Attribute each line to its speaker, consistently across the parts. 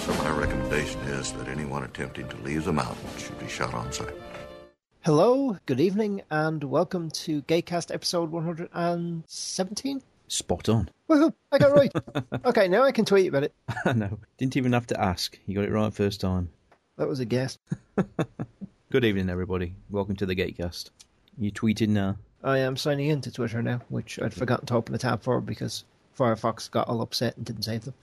Speaker 1: so my recommendation is that anyone attempting to leave the mountain should be shot on sight.
Speaker 2: Hello, good evening, and welcome to Gaycast episode 117.
Speaker 3: Spot on.
Speaker 2: Woohoo, I got it right. okay, now I can tweet about it.
Speaker 3: I know. Didn't even have to ask. You got it right first time.
Speaker 2: That was a guess.
Speaker 3: Good evening, everybody. Welcome to the Gatecast. You tweeted now.
Speaker 2: I am signing into Twitter now, which I'd forgotten to open a tab for because Firefox got all upset and didn't save them.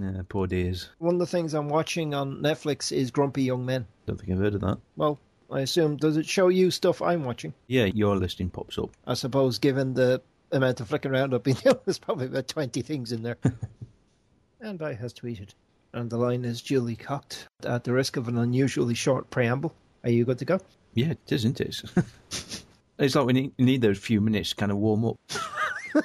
Speaker 3: Yeah, poor dears.
Speaker 2: One of the things I'm watching on Netflix is Grumpy Young Men.
Speaker 3: Don't think I've heard of that.
Speaker 2: Well, I assume, does it show you stuff I'm watching?
Speaker 3: Yeah, your listing pops up.
Speaker 2: I suppose, given the amount of flicking around I've been doing, there's probably about 20 things in there. and I has tweeted. And the line is duly cocked. At the risk of an unusually short preamble, are you good to go?
Speaker 3: Yeah, it is, isn't it? it's like we need, need those few minutes to kind of warm up.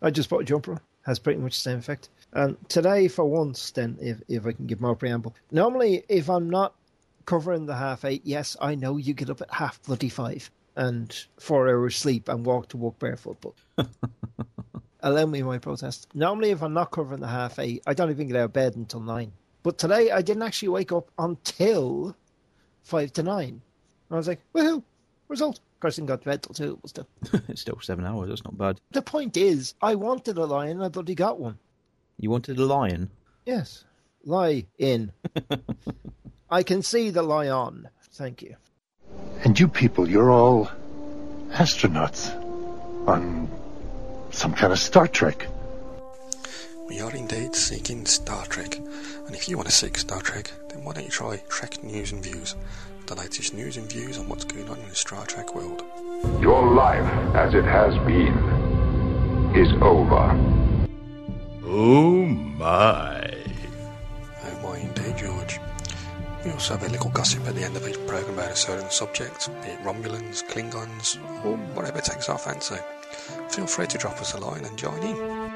Speaker 2: I just bought a jumper on. Has pretty much the same effect. And today, for once, then, if, if I can give more preamble. Normally, if I'm not covering the half eight, yes, I know you get up at half bloody five and four hours sleep and walk to work barefoot, but allow me my protest. Normally, if I'm not covering the half eight, I don't even get out of bed until nine. But today, I didn't actually wake up until five to nine. I was like, woohoo, result. Of course, I didn't go to bed till two, but still.
Speaker 3: it's still seven hours. That's not bad.
Speaker 2: The point is, I wanted a lion and I bloody got one.
Speaker 3: You wanted a lion?
Speaker 2: Yes. Lie in. I can see the lion. Thank you.
Speaker 4: And you people, you're all astronauts on some kind of Star Trek.
Speaker 5: We are indeed seeking Star Trek, and if you want to seek Star Trek, then why don't you try Trek News and Views, the latest news and views on what's going on in the Star Trek world.
Speaker 6: Your life, as it has been, is over.
Speaker 7: Oh my.
Speaker 5: Oh my, indeed, George. We also have a little gossip at the end of each program about a certain subject, be it Romulans, Klingons, or
Speaker 3: Oh.
Speaker 5: whatever takes our fancy. Feel free to drop us a line and join in.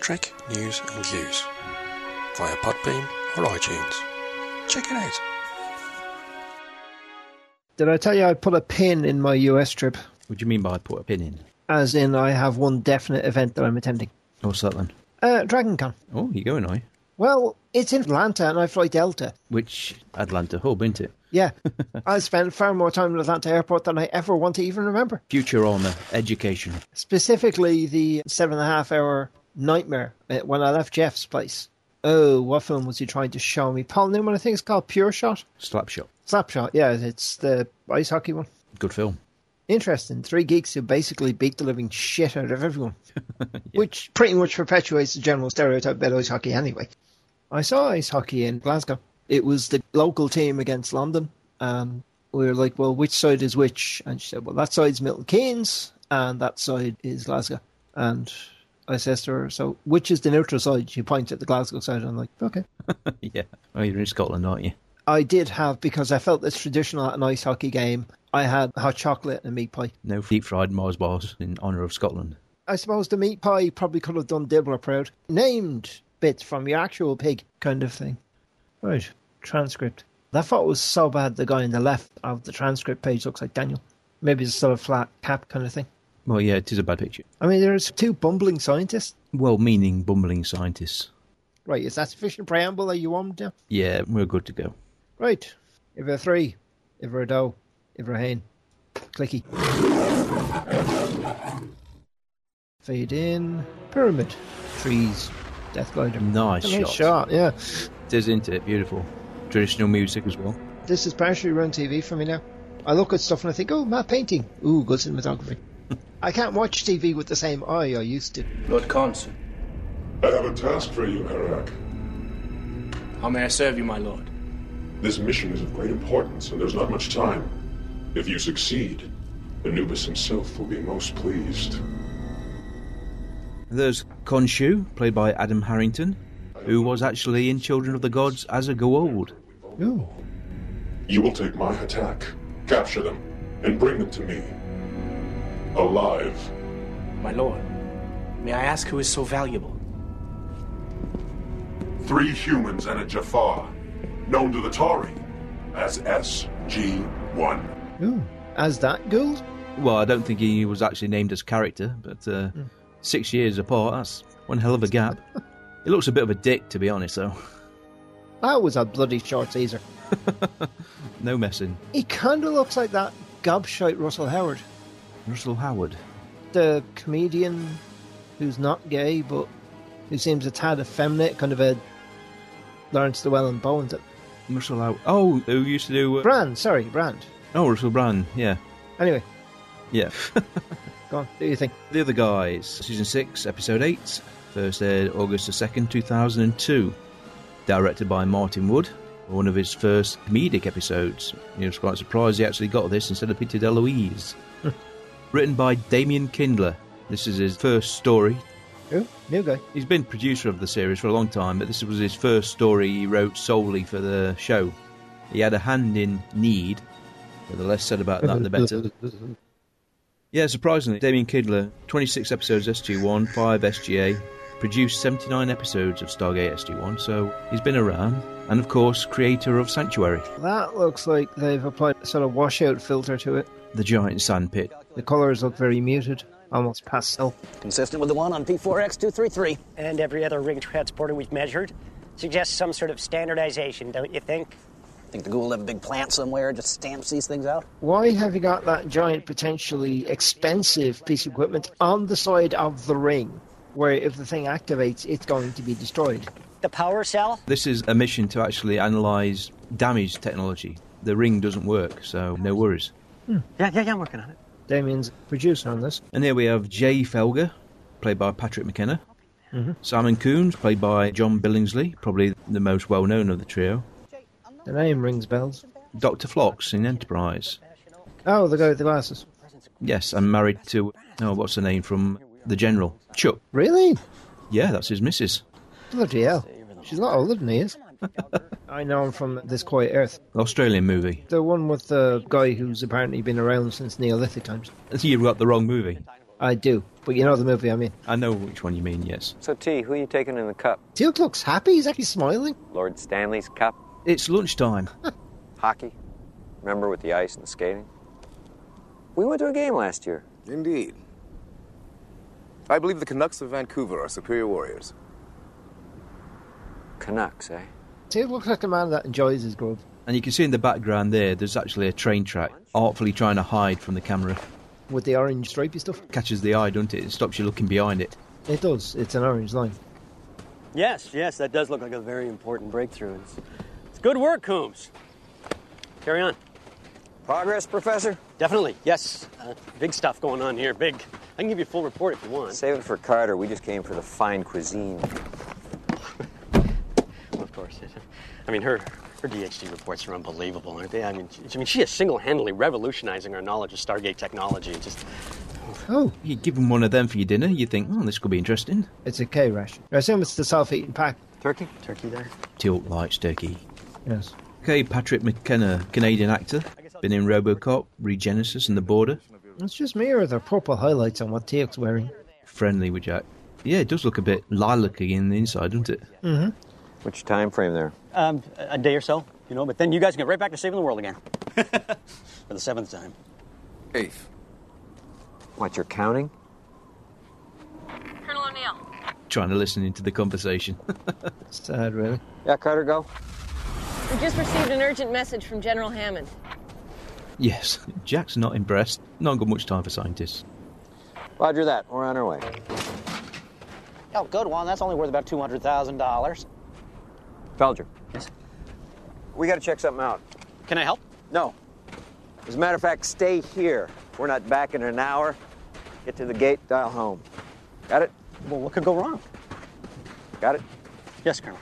Speaker 5: Trek news and views via Podbean or iTunes. Check it out.
Speaker 2: Did I tell you I put a pin in my US trip?
Speaker 3: What do you mean by put a pin in?
Speaker 2: As in, I have one definite event that I'm attending.
Speaker 3: What's that then?
Speaker 2: Uh, DragonCon.
Speaker 3: Oh, you're going, are you?
Speaker 2: Well, it's in Atlanta and I fly Delta.
Speaker 3: Which Atlanta hub, isn't it?
Speaker 2: Yeah. I spent far more time in Atlanta Airport than I ever want to even remember.
Speaker 3: Future Armour, Education.
Speaker 2: Specifically, the seven and a half hour nightmare uh, when I left Jeff's place. Oh, what film was he trying to show me? Paul Newman, I think it's called Pure Shot.
Speaker 3: Slapshot.
Speaker 2: Slapshot, yeah, it's the ice hockey one.
Speaker 3: Good film.
Speaker 2: Interesting. Three geeks who basically beat the living shit out of everyone, which pretty much perpetuates the general stereotype about ice hockey anyway. I saw ice hockey in Glasgow. It was the local team against London, and we were like, well, which side is which? And she said, well, that side's Milton Keynes, and that side is Glasgow. And I says to her, so which is the neutral side? She points at the Glasgow side, and I'm like, okay.
Speaker 3: yeah. Oh, you're in Scotland, aren't you?
Speaker 2: I did have, because I felt it's traditional at an ice hockey game, I had hot chocolate and meat pie.
Speaker 3: No deep fried Mars bars in honour of Scotland.
Speaker 2: I suppose the meat pie probably could have done Dibbler proud. Named bits from your actual pig kind of thing. Right, transcript. That photo was so bad the guy on the left of the transcript page looks like Daniel. Maybe it's still a flat cap kind of thing.
Speaker 3: Well, yeah, it is a bad picture.
Speaker 2: I mean, there's two bumbling scientists.
Speaker 3: Well meaning, bumbling scientists.
Speaker 2: Right, is that sufficient preamble? Are you on now?
Speaker 3: Yeah, we're good to go.
Speaker 2: Right. If a three, if a doe, if a hen. Clicky. Fade in. Pyramid. Trees. Death glider.
Speaker 3: Nice
Speaker 2: Nice
Speaker 3: shot.
Speaker 2: shot, yeah.
Speaker 3: It is, isn't it? Beautiful. Traditional music as well.
Speaker 2: This is partially run TV for me now. I look at stuff and I think, oh, map painting. Ooh, good cinematography. I can't watch TV with the same eye I used to.
Speaker 7: Lord Consul,
Speaker 6: I have a task for you, Harak.
Speaker 7: how may I serve you, my lord?
Speaker 8: This mission is of great importance, and there's not much time. If you succeed, Anubis himself will be most pleased.
Speaker 3: There's Khonshu, played by Adam Harrington, who was actually in Children of the Gods as a Goa'uld.
Speaker 2: Ooh.
Speaker 8: You will take my attack, capture them, and bring them to me. Alive.
Speaker 9: My lord, may I ask who is so valuable?
Speaker 8: Three humans and a Jafar, known to the Tari as SG1.
Speaker 2: As that Gould?
Speaker 3: Well, I don't think he was actually named as character, but uh,
Speaker 8: Hmm.
Speaker 3: six years apart, that's one hell of a gap. he looks a bit of a dick, to be honest, though.
Speaker 2: That was a bloody short teaser.
Speaker 3: No messing.
Speaker 2: He kind of looks like that gobshite Russell Howard,
Speaker 3: Russell Howard.
Speaker 2: the comedian who's not gay but who seems a tad effeminate, kind of a Lawrence Llewellyn Bowen. type.
Speaker 3: Russell Howard. Oh, who used to do. Uh...
Speaker 2: Brand, sorry, Brand.
Speaker 3: Oh, Russell Brand, yeah.
Speaker 2: Anyway,
Speaker 3: Yeah.
Speaker 2: go on, do you think?
Speaker 3: the Other Guys, Season 6, Episode 8, first aired August the 2nd, 2002. Directed by Martin Wood, one of his first comedic episodes. He was quite surprised he actually got this instead of Peter DeLuise. Written by Damien Kindler. This is his first story.
Speaker 2: Ooh, new guy.
Speaker 3: He's been producer of the series for a long time, but this was his first story he wrote solely for the show. He had a hand in Need, but the less said about that, the better. Yeah, surprisingly, Damien Kidler, 26 episodes SG1, 5 SGA, produced 79 episodes of Stargate SG1, so he's been around, and of course, creator of Sanctuary,
Speaker 2: That looks like they've applied a sort of washout filter to it.
Speaker 3: the giant sandpit.
Speaker 2: The colours look very muted, almost pastel.
Speaker 10: Consistent with the one on P4X233.
Speaker 11: And every other ring transporter we've measured suggests some sort of standardization, don't you think?
Speaker 10: Think the ghoul have a big plant somewhere, just stamps these things out?
Speaker 2: Why have you got that giant, potentially expensive piece of equipment on the side of the ring, where if the thing activates, it's going to be destroyed?
Speaker 11: The power cell?
Speaker 3: This is a mission to actually analyse damaged technology. The ring doesn't work, so no worries.
Speaker 11: Yeah, yeah, yeah, I'm working on it.
Speaker 2: Damien's producer on this.
Speaker 3: And here we have Jay Felger, played by Patrick McKenna. Simon Coombs, played by John Billingsley, probably the most well known of the trio.
Speaker 2: The name rings bells.
Speaker 3: Dr. Flox in Enterprise.
Speaker 2: Oh, the guy with the glasses.
Speaker 3: Yes, I'm married to. Oh, what's the name from the general? Chuck.
Speaker 2: Really?
Speaker 3: Yeah, that's his missus.
Speaker 2: Bloody hell. She's a lot older than he is. I know him from This Quiet Earth.
Speaker 3: Australian movie.
Speaker 2: The one with the guy who's apparently been around since Neolithic times.
Speaker 3: You've got the wrong movie.
Speaker 2: I do, but you know the movie I mean.
Speaker 3: I know which one you mean, yes.
Speaker 12: So, T, who are you taking in the cup?
Speaker 2: Duke looks happy, he's actually smiling.
Speaker 12: Lord Stanley's cup?
Speaker 3: It's lunchtime.
Speaker 12: Hockey? Remember with the ice and the skating? We went to a game last year.
Speaker 13: Indeed. I believe the Canucks of Vancouver are superior warriors.
Speaker 12: Canucks, eh?
Speaker 2: Duke looks like a man that enjoys his grub.
Speaker 3: And you can see in the background there, there's actually a train track, artfully trying to hide from the camera.
Speaker 2: With the orange stripy stuff?
Speaker 3: Catches the eye, doesn't it? It stops you looking behind it.
Speaker 2: It does, it's an orange line.
Speaker 9: Yes, yes, that does look like a very important breakthrough. It's, it's good work, Coombs. Carry on.
Speaker 12: Progress, Professor?
Speaker 9: Definitely, yes. Uh, big stuff going on here, big. I can give you a full report if you want.
Speaker 12: Save it for Carter. We just came for the fine cuisine.
Speaker 9: Well, of course. yes. I mean, her her DHD reports are unbelievable, aren't they? I mean, she, I mean, she is single-handedly revolutionizing our knowledge of Stargate technology. It's Just
Speaker 2: Oh,
Speaker 3: You give them one of them for your dinner, you think, oh, this could be interesting.
Speaker 2: it's a K ration. I assume it's the self eating pack.
Speaker 9: turkey, turkey there.
Speaker 3: Tilt lights, turkey.
Speaker 2: Yes.
Speaker 3: Okay, Patrick McKenna, Canadian actor. Been in Robocop, Regenesis, and The Border.
Speaker 2: It's just me or the purple highlights on what Teal's wearing.
Speaker 3: Friendly with Jack. Yeah, it does look a bit lilac-y in the inside, doesn't it?
Speaker 2: Mm
Speaker 12: What's your time frame there?
Speaker 9: Um, a day or so, you know. But then you guys can get right back to saving the world again for the seventh time.
Speaker 13: Eighth.
Speaker 12: What, you're counting?
Speaker 14: Colonel O'Neill.
Speaker 3: Trying to listen into the conversation.
Speaker 2: hmm. Sad, really.
Speaker 12: Yeah, Carter, go.
Speaker 14: We just received an urgent message from General Hammond.
Speaker 3: Yes, Jack's not impressed. Not got much time for scientists.
Speaker 12: Roger that. We're on our way.
Speaker 10: Oh, good one. That's only worth about $200,000.
Speaker 12: Felger. Yes? We gotta check something out.
Speaker 9: Can I help?
Speaker 12: No. As a matter of fact, stay here. We're not back in an hour. Get to the gate, dial home. Got it?
Speaker 9: Well, what could go wrong?
Speaker 12: Got it?
Speaker 9: Yes, Colonel.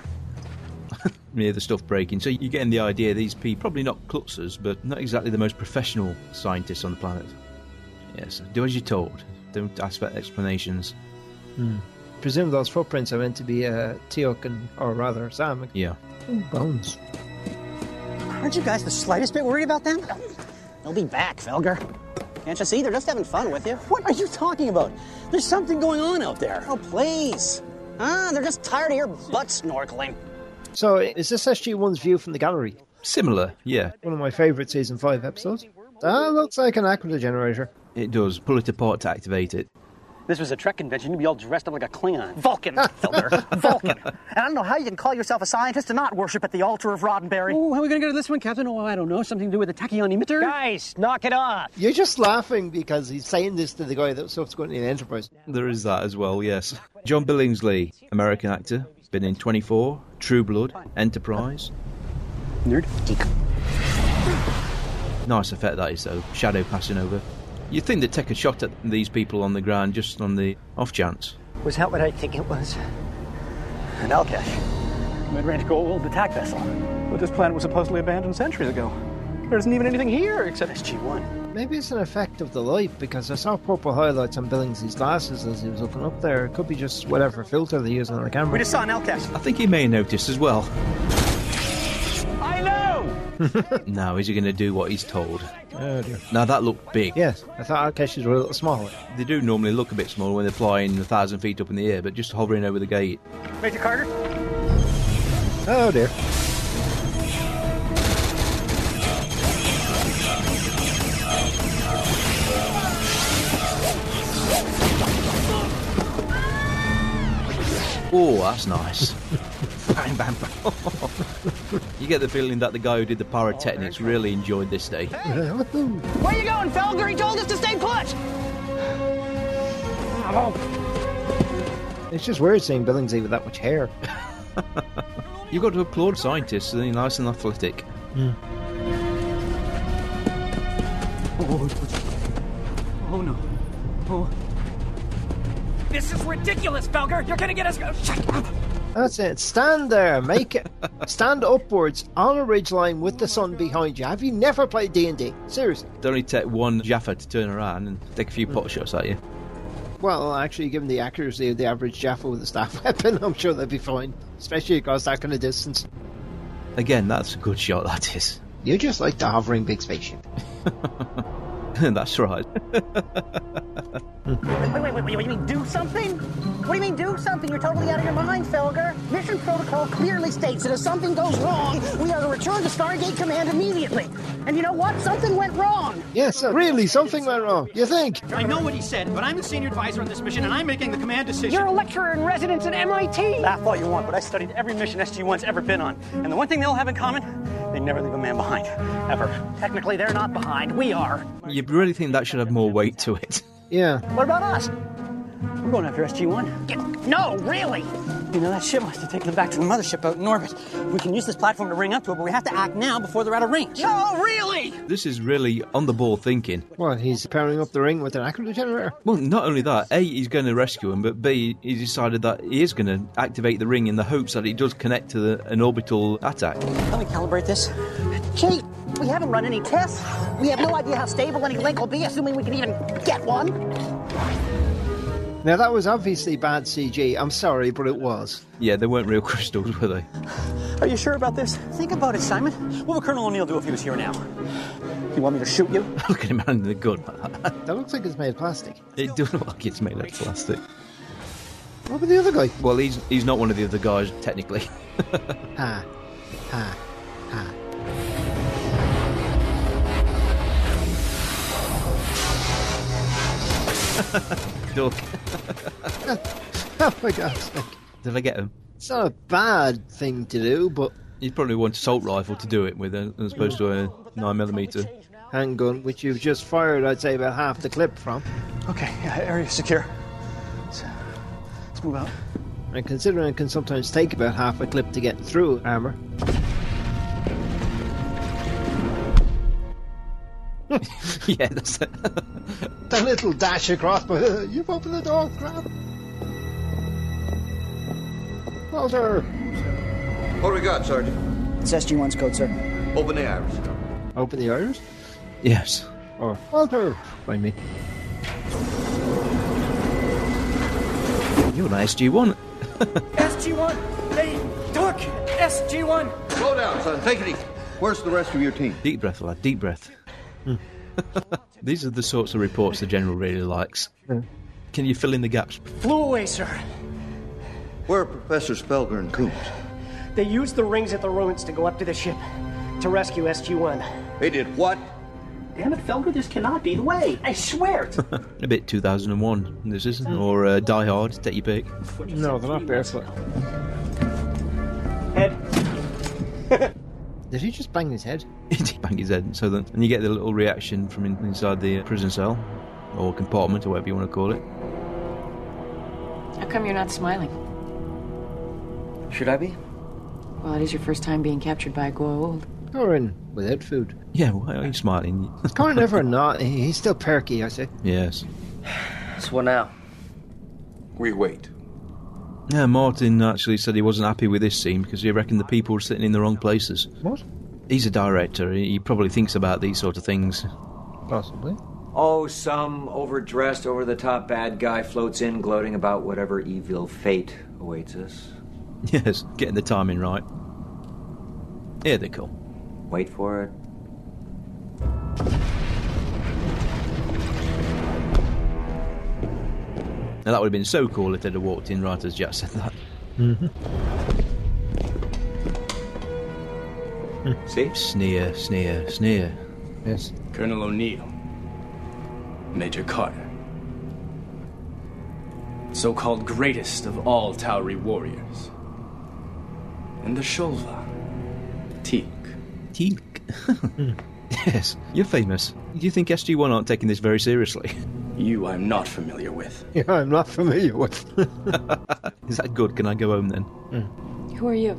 Speaker 3: near the stuff breaking. So you're getting the idea these people, probably not klutzers, but not exactly the most professional scientists on the planet. Yes, do as you're told. Don't ask for explanations.
Speaker 2: Hmm. Presume those footprints are meant to be uh, Teokin, or rather Sam.
Speaker 3: Yeah.
Speaker 2: Ooh, bones.
Speaker 10: Aren't you guys the slightest bit worried about them? They'll be back, Felger. Can't you see? They're just having fun with you. What are you talking about? There's something going on out there. Oh, please. Ah, they're just tired of your butt snorkeling.
Speaker 2: So, is this SG1's view from the gallery?
Speaker 3: Similar, yeah.
Speaker 2: One of my favourite season 5 episodes. That looks like an aqua generator.
Speaker 3: It does. Pull it apart to activate it.
Speaker 9: This was a Trek convention. You'd be all dressed up like a Klingon.
Speaker 10: Vulcan, Felger. Vulcan. And I don't know how you can call yourself a scientist and not worship at the altar of Roddenberry.
Speaker 9: Oh, how are we going to go to this one, Captain? Oh, I don't know. Something to do with the tachyon emitter?
Speaker 11: Guys, knock it off.
Speaker 2: You're just laughing because he's saying this to the guy that subsequently in Enterprise.
Speaker 3: There is that as well, yes. John Billingsley, American actor, been in 24, True Blood, Enterprise.
Speaker 9: Nerd. Geek.
Speaker 3: Nice effect that is, though. Shadow passing over. You'd think they'd take a shot at these people on the ground just on the off chance.
Speaker 11: Was that what I think it was?
Speaker 9: An Alkesh. Mid-range gold attack vessel. But this planet was supposedly abandoned centuries ago. There isn't even anything here except SG-1.
Speaker 2: Maybe it's an effect of the light because I saw purple highlights on Billingsley's glasses as he was looking up there. It could be just whatever filter they're using on the camera.
Speaker 10: We just saw an Alkesh.
Speaker 3: I think he may have noticed as well.
Speaker 10: I know!
Speaker 3: now, is he going to do what he's told?
Speaker 2: Oh dear.
Speaker 3: Now, that looked big.
Speaker 2: Yes, I thought Alkeshes were a little smaller.
Speaker 3: They do normally look a bit smaller when they're flying a thousand feet up in the air, but just hovering over the gate.
Speaker 10: Major Carter?
Speaker 2: Oh dear.
Speaker 3: Oh, that's nice. bang, bang, bang. you get the feeling that the guy who did the pyrotechnics really enjoyed this day.
Speaker 10: Where you going, Felger? He told us to stay put!
Speaker 2: It's just weird seeing Billingsley with that much hair.
Speaker 3: You've got to applaud scientists, they're nice and athletic.
Speaker 2: Mm.
Speaker 9: Oh, oh no. Oh.
Speaker 10: This is ridiculous, Felger! You're gonna get us. Shut up!
Speaker 2: That's it. Stand there. Make it. Stand upwards on a ridgeline with the sun behind you. Have you never played D&D? Seriously.
Speaker 3: It only take one Jaffa to turn around and take a few pot shots at you.
Speaker 2: Well, actually, given the accuracy of the average Jaffa with a staff weapon, I'm sure they'd be fine. Especially across that kind of distance.
Speaker 3: Again, that's a good shot, that is.
Speaker 2: You just like the hovering big spaceship.
Speaker 3: that's right.
Speaker 10: wait, wait, wait, wait, wait, you mean do something? What do you mean do something? You're totally out of your mind, Felger. Mission protocol clearly states that if something goes wrong, we are to return to Stargate Command immediately. And you know what? Something went wrong.
Speaker 2: Yes, uh, really, something went wrong. You think?
Speaker 15: I know what he said, but I'm the senior advisor on this mission, and I'm making the command decision.
Speaker 10: You're a lecturer in residence at MIT.
Speaker 9: Laugh all you want, but I studied every mission SG-1's ever been on. And the one thing they all have in common, they never leave a man behind. Ever.
Speaker 10: Technically, they're not behind. We are.
Speaker 3: You really think that should have more weight to it?
Speaker 2: Yeah.
Speaker 10: What about us?
Speaker 9: We're going after SG-1.
Speaker 10: Get, no, really?
Speaker 9: You know, that ship must have taken them back to the mothership out in orbit. We can use this platform to ring up to it, but we have to act now before they're out of range.
Speaker 10: No, really?
Speaker 3: This is really on-the-ball thinking.
Speaker 2: Well, he's powering up the ring with an acro generator.
Speaker 3: Well, not only that, A, he's going to rescue him, but B, he decided that he is going to activate the ring in the hopes that it does connect to the, an orbital attack.
Speaker 9: Let me calibrate this.
Speaker 10: Gee, we haven't run any tests. We have no idea how stable any link will be, assuming we can even get one.
Speaker 2: Now that was obviously bad CG. I'm sorry, but it was.
Speaker 3: Yeah, they weren't real crystals, were they?
Speaker 9: Are you sure about this?
Speaker 10: Think about it, Simon.
Speaker 9: What would Colonel O'Neill do if he was here now?
Speaker 10: You want me to shoot you?
Speaker 3: Look at him handing the gun like
Speaker 2: that. That looks like it's made of plastic.
Speaker 3: It does look like it's made of plastic.
Speaker 2: What about the other guy?
Speaker 3: Well, he's he's not one of the other guys technically.
Speaker 2: ha, ha, ha.
Speaker 3: Duck.
Speaker 2: oh my god!
Speaker 3: Did I get him?
Speaker 2: It's not a bad thing to do, but
Speaker 3: you'd probably want a assault rifle to do it with, uh, as opposed to a nine mm
Speaker 2: handgun, which you've just fired. I'd say about half the clip from.
Speaker 9: Okay, yeah, area secure. Let's, let's move out.
Speaker 2: And considering it can sometimes take about half a clip to get through armor.
Speaker 3: yeah, that's it.
Speaker 2: the little dash across, but uh, you've opened the door, crap. Walter!
Speaker 1: What do we got, Sergeant?
Speaker 10: It's SG-1's code, sir.
Speaker 1: Open the iris.
Speaker 2: Open the iris?
Speaker 3: Yes.
Speaker 2: Or Walter, by me.
Speaker 3: You're an SG1.
Speaker 16: SG-1! They took SG-1!
Speaker 1: Slow down, son. Take it easy. Where's the rest of your team?
Speaker 3: Deep breath, lad. Deep breath. These are the sorts of reports the general really likes. Can you fill in the gaps?
Speaker 16: Flew away, sir.
Speaker 1: Where are Professor Spelger and Coombs?
Speaker 16: They used the rings at the ruins to go up to the ship to rescue SG-1.
Speaker 1: They did what?
Speaker 16: Damn it, Felger, this cannot be the way. I swear it.
Speaker 3: A bit 2001, this isn't, or uh, Die Hard, take your pick.
Speaker 2: No, they're not barefoot.
Speaker 16: Head.
Speaker 2: Did he just bang his head?
Speaker 3: He'd bang his head, so then, and you get the little reaction from in, inside the uh, prison cell, or compartment, or whatever you want to call it.
Speaker 17: How come you're not smiling?
Speaker 18: Should I be?
Speaker 17: Well, it is your first time being captured by Guo Old.
Speaker 2: You're in without food.
Speaker 3: Yeah, why are you smiling?
Speaker 2: Can't never not. He- He's still perky, I say.
Speaker 3: yes.
Speaker 18: So what now?
Speaker 13: We wait.
Speaker 3: Yeah, Martin actually said he wasn't happy with this scene because he reckoned the people were sitting in the wrong places.
Speaker 2: What?
Speaker 3: He's a director. He he probably thinks about these sort of things.
Speaker 2: Possibly.
Speaker 18: Oh, some overdressed, over the top bad guy floats in gloating about whatever evil fate awaits us.
Speaker 3: Yes, getting the timing right. Here they come.
Speaker 18: Wait for it.
Speaker 3: Now that would have been so cool if they'd have walked in right as Jack said that.
Speaker 18: See?
Speaker 3: Sneer, sneer, sneer.
Speaker 2: Yes.
Speaker 19: Colonel O'Neill. Major Carter. So called greatest of all Tauri warriors. And the Sholva. Teak.
Speaker 3: Teak. yes, you're famous. Do you think SG1 aren't taking this very seriously?
Speaker 19: You I'm not familiar with.
Speaker 2: Yeah, I'm not familiar with.
Speaker 3: Is that good? Can I go home then?
Speaker 17: Who are you?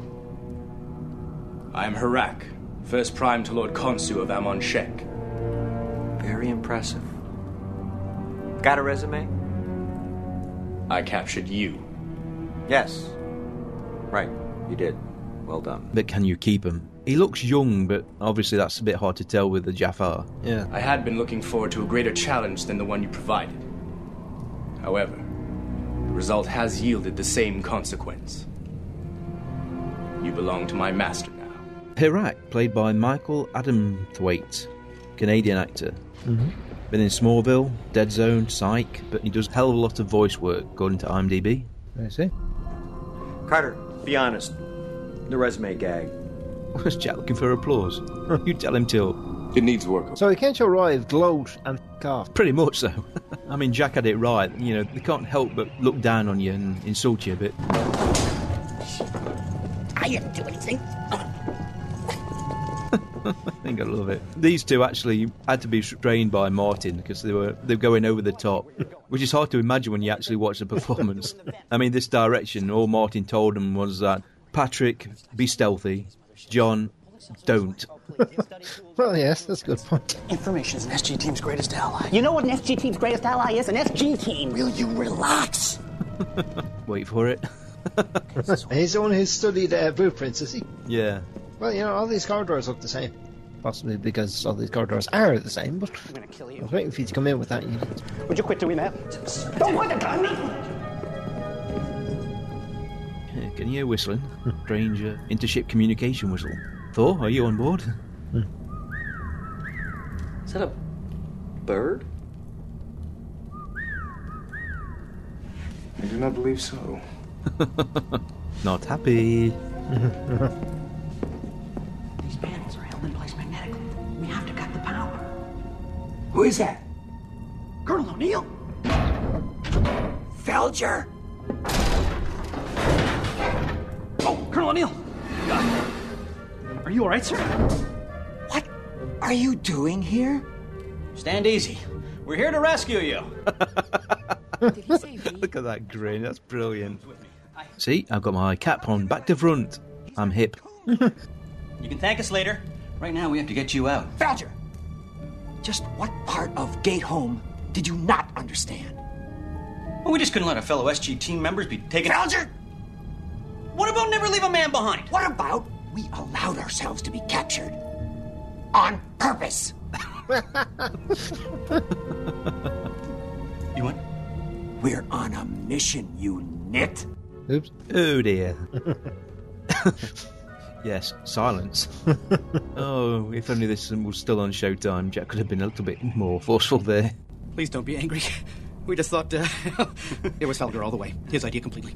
Speaker 19: I am Harak, first prime to Lord Khonsu of Amon Shek.
Speaker 18: Very impressive. Got a resume?
Speaker 19: I captured you.
Speaker 18: Yes. Right, you did. Well done.
Speaker 3: But can you keep him? He looks young, but obviously that's a bit hard to tell with the Jafar.
Speaker 19: Yeah. I had been looking forward to a greater challenge than the one you provided. However, the result has yielded the same consequence. You belong to my master now.
Speaker 3: Hirak, played by Michael Adamthwaite, Canadian actor. Mm-hmm.
Speaker 2: Mhm.
Speaker 3: Been in Smallville, Dead Zone, Psych, but he does a hell of a lot of voice work, according to IMDb.
Speaker 2: I see.
Speaker 18: Carter, be honest. The resume gag.
Speaker 3: Was Jack looking for applause? you tell him till.
Speaker 13: It needs work.
Speaker 2: So he came to arrive, glowed, and f- off.
Speaker 3: Pretty much so. I mean, Jack had it right. You know, they can't help but look down on you and insult you a bit.
Speaker 10: I didn't do anything.
Speaker 3: I think I love it. These two actually had to be restrained by Martin because they were they were going over the top, which is hard to imagine when you actually watch the performance. I mean, this direction. All Martin told them was that Patrick, be stealthy. John, don't.
Speaker 2: Well, yes, that's a good point.
Speaker 10: Information is an SG team's greatest ally.
Speaker 15: You know what an SG team's greatest ally is? An SG team.
Speaker 10: Will you relax?
Speaker 3: Wait for it.
Speaker 2: He's the one who studied uh, blueprints, is he?
Speaker 3: Yeah.
Speaker 2: Well, you know, all these corridors look the same. Possibly because all these corridors are the same, but
Speaker 10: I'm gonna kill
Speaker 2: I
Speaker 10: you.
Speaker 2: was waiting for you to come in with that. You know.
Speaker 10: Would you quit doing that? Don't put the gun on
Speaker 3: Yeah, Can you hear whistling? Strange uh, intership communication whistle. Thor, are you on board?
Speaker 18: Is that a bird?
Speaker 20: I do not believe so.
Speaker 3: Not happy.
Speaker 10: These panels are held in place magnetically. We have to cut the power.
Speaker 18: Who is that?
Speaker 10: Colonel O'Neill! Felger!
Speaker 15: Oh, Colonel O'Neill. Uh, Are you all right, sir?
Speaker 18: What are you doing here?
Speaker 15: Stand easy. We're here to rescue you.
Speaker 3: Look at that grin. That's brilliant. See, I've got my cap on back to front. I'm hip.
Speaker 15: You can thank us later. Right now, we have to get you out.
Speaker 10: Felger! Just what part of Gate Home did you not understand?
Speaker 15: Well, we just couldn't let our fellow SG team members be taken.
Speaker 10: Felger!
Speaker 15: What about never leave a man behind?
Speaker 10: What about We allowed ourselves to be captured. On purpose!
Speaker 19: You what?
Speaker 10: We're on a mission, you nit!
Speaker 3: Oops. Oh dear. yes, silence. oh, if only this was still on Showtime, Jack could have been a little bit more forceful there.
Speaker 15: Please don't be angry. We just thought uh, it was Felger all the way. His idea completely.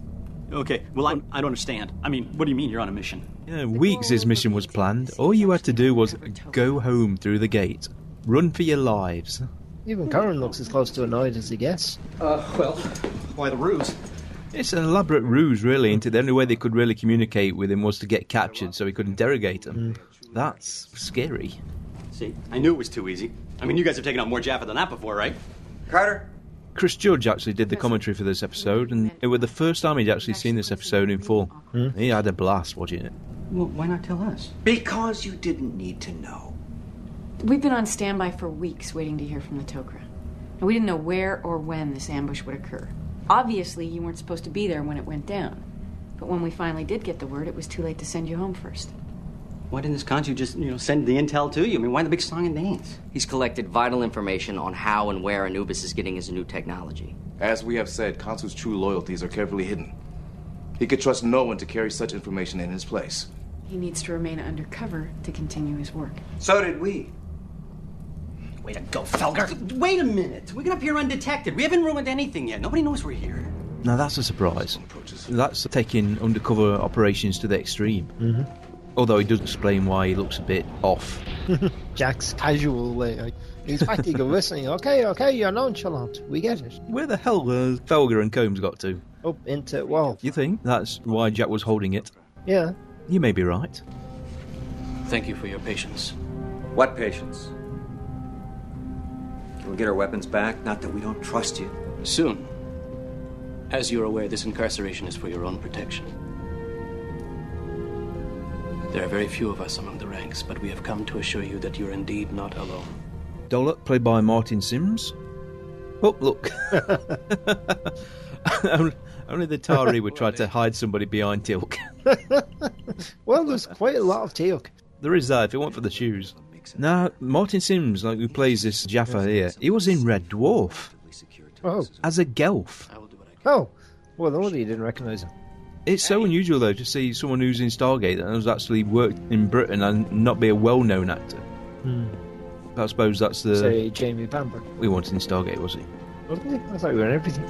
Speaker 15: Okay, well, I'm, I i do not understand. I mean, what do you mean you're on a mission?
Speaker 3: You know, weeks his mission was planned. All you had to do was go home through the gate, run for your lives.
Speaker 2: Even Karen looks as close to annoyed as he gets.
Speaker 15: Uh, well, why the ruse?
Speaker 3: It's an elaborate ruse, really. Into the only way they could really communicate with him was to get captured, so he could interrogate him. That's scary.
Speaker 15: See, I knew it was too easy. I mean, you guys have taken out more Jaffa than that before, right?
Speaker 13: Carter?
Speaker 3: Chris Judge actually did the commentary for this episode, and it was the first time he'd actually seen this episode in full. He had a blast watching it.
Speaker 15: Well, why not tell us?
Speaker 10: Because you didn't need to know.
Speaker 17: We've been on standby for weeks waiting to hear from the Tok'ra. And we didn't know where or when this ambush would occur. Obviously, you weren't supposed to be there when it went down. But when we finally did get the word, it was too late to send you home first.
Speaker 15: Why didn't this kanju just, you know, send the intel to you? I mean, why the big song and dance?
Speaker 21: He's collected vital information on how and where Anubis is getting his new technology.
Speaker 13: As we have said, Kansu's true loyalties are carefully hidden. He could trust no one to carry such information in his place.
Speaker 17: He needs to remain undercover to continue his work.
Speaker 13: So did we.
Speaker 15: Way to go, Felger. Wait a minute. We're gonna appear undetected. We haven't ruined anything yet. Nobody knows we're here.
Speaker 3: Now that's a surprise. That's taking undercover operations to the extreme.
Speaker 2: Mm-hmm.
Speaker 3: Although he does explain why he looks a bit off.
Speaker 2: Jack's casual. Like, he's fighting and whistling. Okay, okay, you're nonchalant. We get it.
Speaker 3: Where the hell uh, Felger and Combs got to?
Speaker 2: Up into well,
Speaker 3: You think that's why Jack was holding it?
Speaker 2: yeah.
Speaker 3: You may be right.
Speaker 15: Thank you for your patience.
Speaker 18: What patience? We'll get our weapons back. Not that we don't trust you.
Speaker 15: Soon. As you're aware, this incarceration is for your own protection. There are very few of us among the ranks, but we have come to assure you that you're indeed not alone.
Speaker 3: Dollop, played by Martin Sims. Oh, look. Only- Only the Tari would try to hide somebody behind Tilk.
Speaker 2: Well, there's quite a lot of teok.
Speaker 3: There is that, if it weren't for the shoes. Now, Martin Sims, like who plays this Jaffa here, he was in Red Dwarf
Speaker 2: Oh,
Speaker 3: as a Gelf.
Speaker 2: oh. Well, no wonder you didn't recognise him.
Speaker 3: It's so unusual, though, to see someone who's in Stargate that has actually worked in Britain and not be a well known actor.
Speaker 2: Hmm.
Speaker 3: But I suppose that's the.
Speaker 2: Say uh, Jamie Bamber.
Speaker 3: We wanted in Stargate, was he?
Speaker 2: Wasn't he? I thought we were in everything.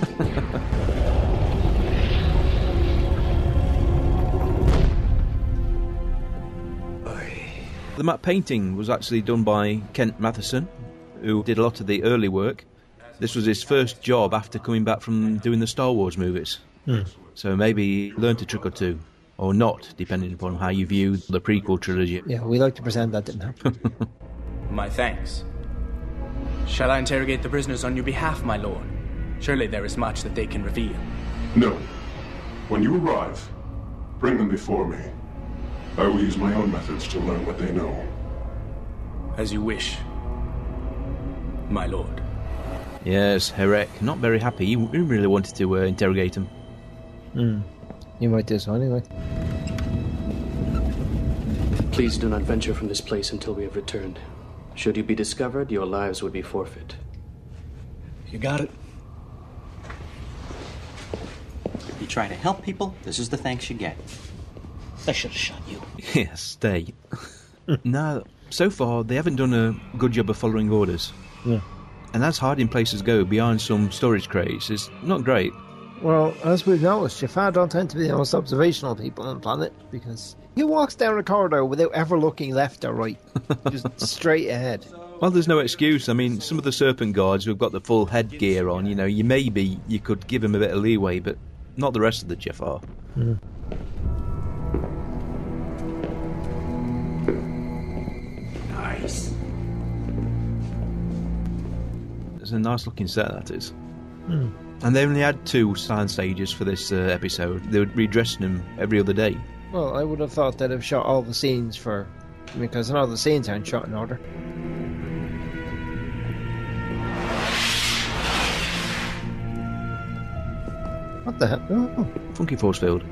Speaker 3: The map painting was actually done by Kent Matheson, who did a lot of the early work. This was his first job after coming back from doing the Star Wars movies.
Speaker 2: Hmm.
Speaker 3: So maybe he learnt a trick or two, or not, depending upon how you view the prequel trilogy.
Speaker 2: Yeah, we like to pretend that didn't happen.
Speaker 19: My thanks. Shall I interrogate the prisoners on your behalf, my lord? Surely there is much that they can reveal.
Speaker 8: No. When you arrive, bring them before me. I will use my own methods to learn what they know.
Speaker 19: As you wish, my lord.
Speaker 3: Yes, Herek, not very happy. He he really wanted to uh, interrogate him.
Speaker 2: Hmm. You might do so anyway.
Speaker 15: Please do not venture from this place until we have returned. Should you be discovered, your lives would be forfeit. You got it.
Speaker 22: You try to help people, this is the thanks you get. I should have shot you.
Speaker 3: Yeah, stay. no, so far they haven't done a good job of following orders.
Speaker 2: Yeah.
Speaker 3: And as hiding places go behind some storage crates, it's not great.
Speaker 2: Well, as we've noticed, Jafar don't tend to be the most observational people on the planet because he walks down a corridor without ever looking left or right, just straight ahead.
Speaker 3: Well, there's no excuse. I mean, some of the serpent guards who've got the full headgear on, you know, you maybe you could give them a bit of leeway, but not the rest of the Jafar.
Speaker 10: Nice.
Speaker 3: It's a nice looking set, that is.
Speaker 2: Hmm.
Speaker 3: And they only had two sound stages for this uh, episode. They were redressing them every other day.
Speaker 2: Well, I would have thought that I've shot all the scenes for because all the scenes aren't shot in order. What the hell? Oh,
Speaker 3: Funky force field.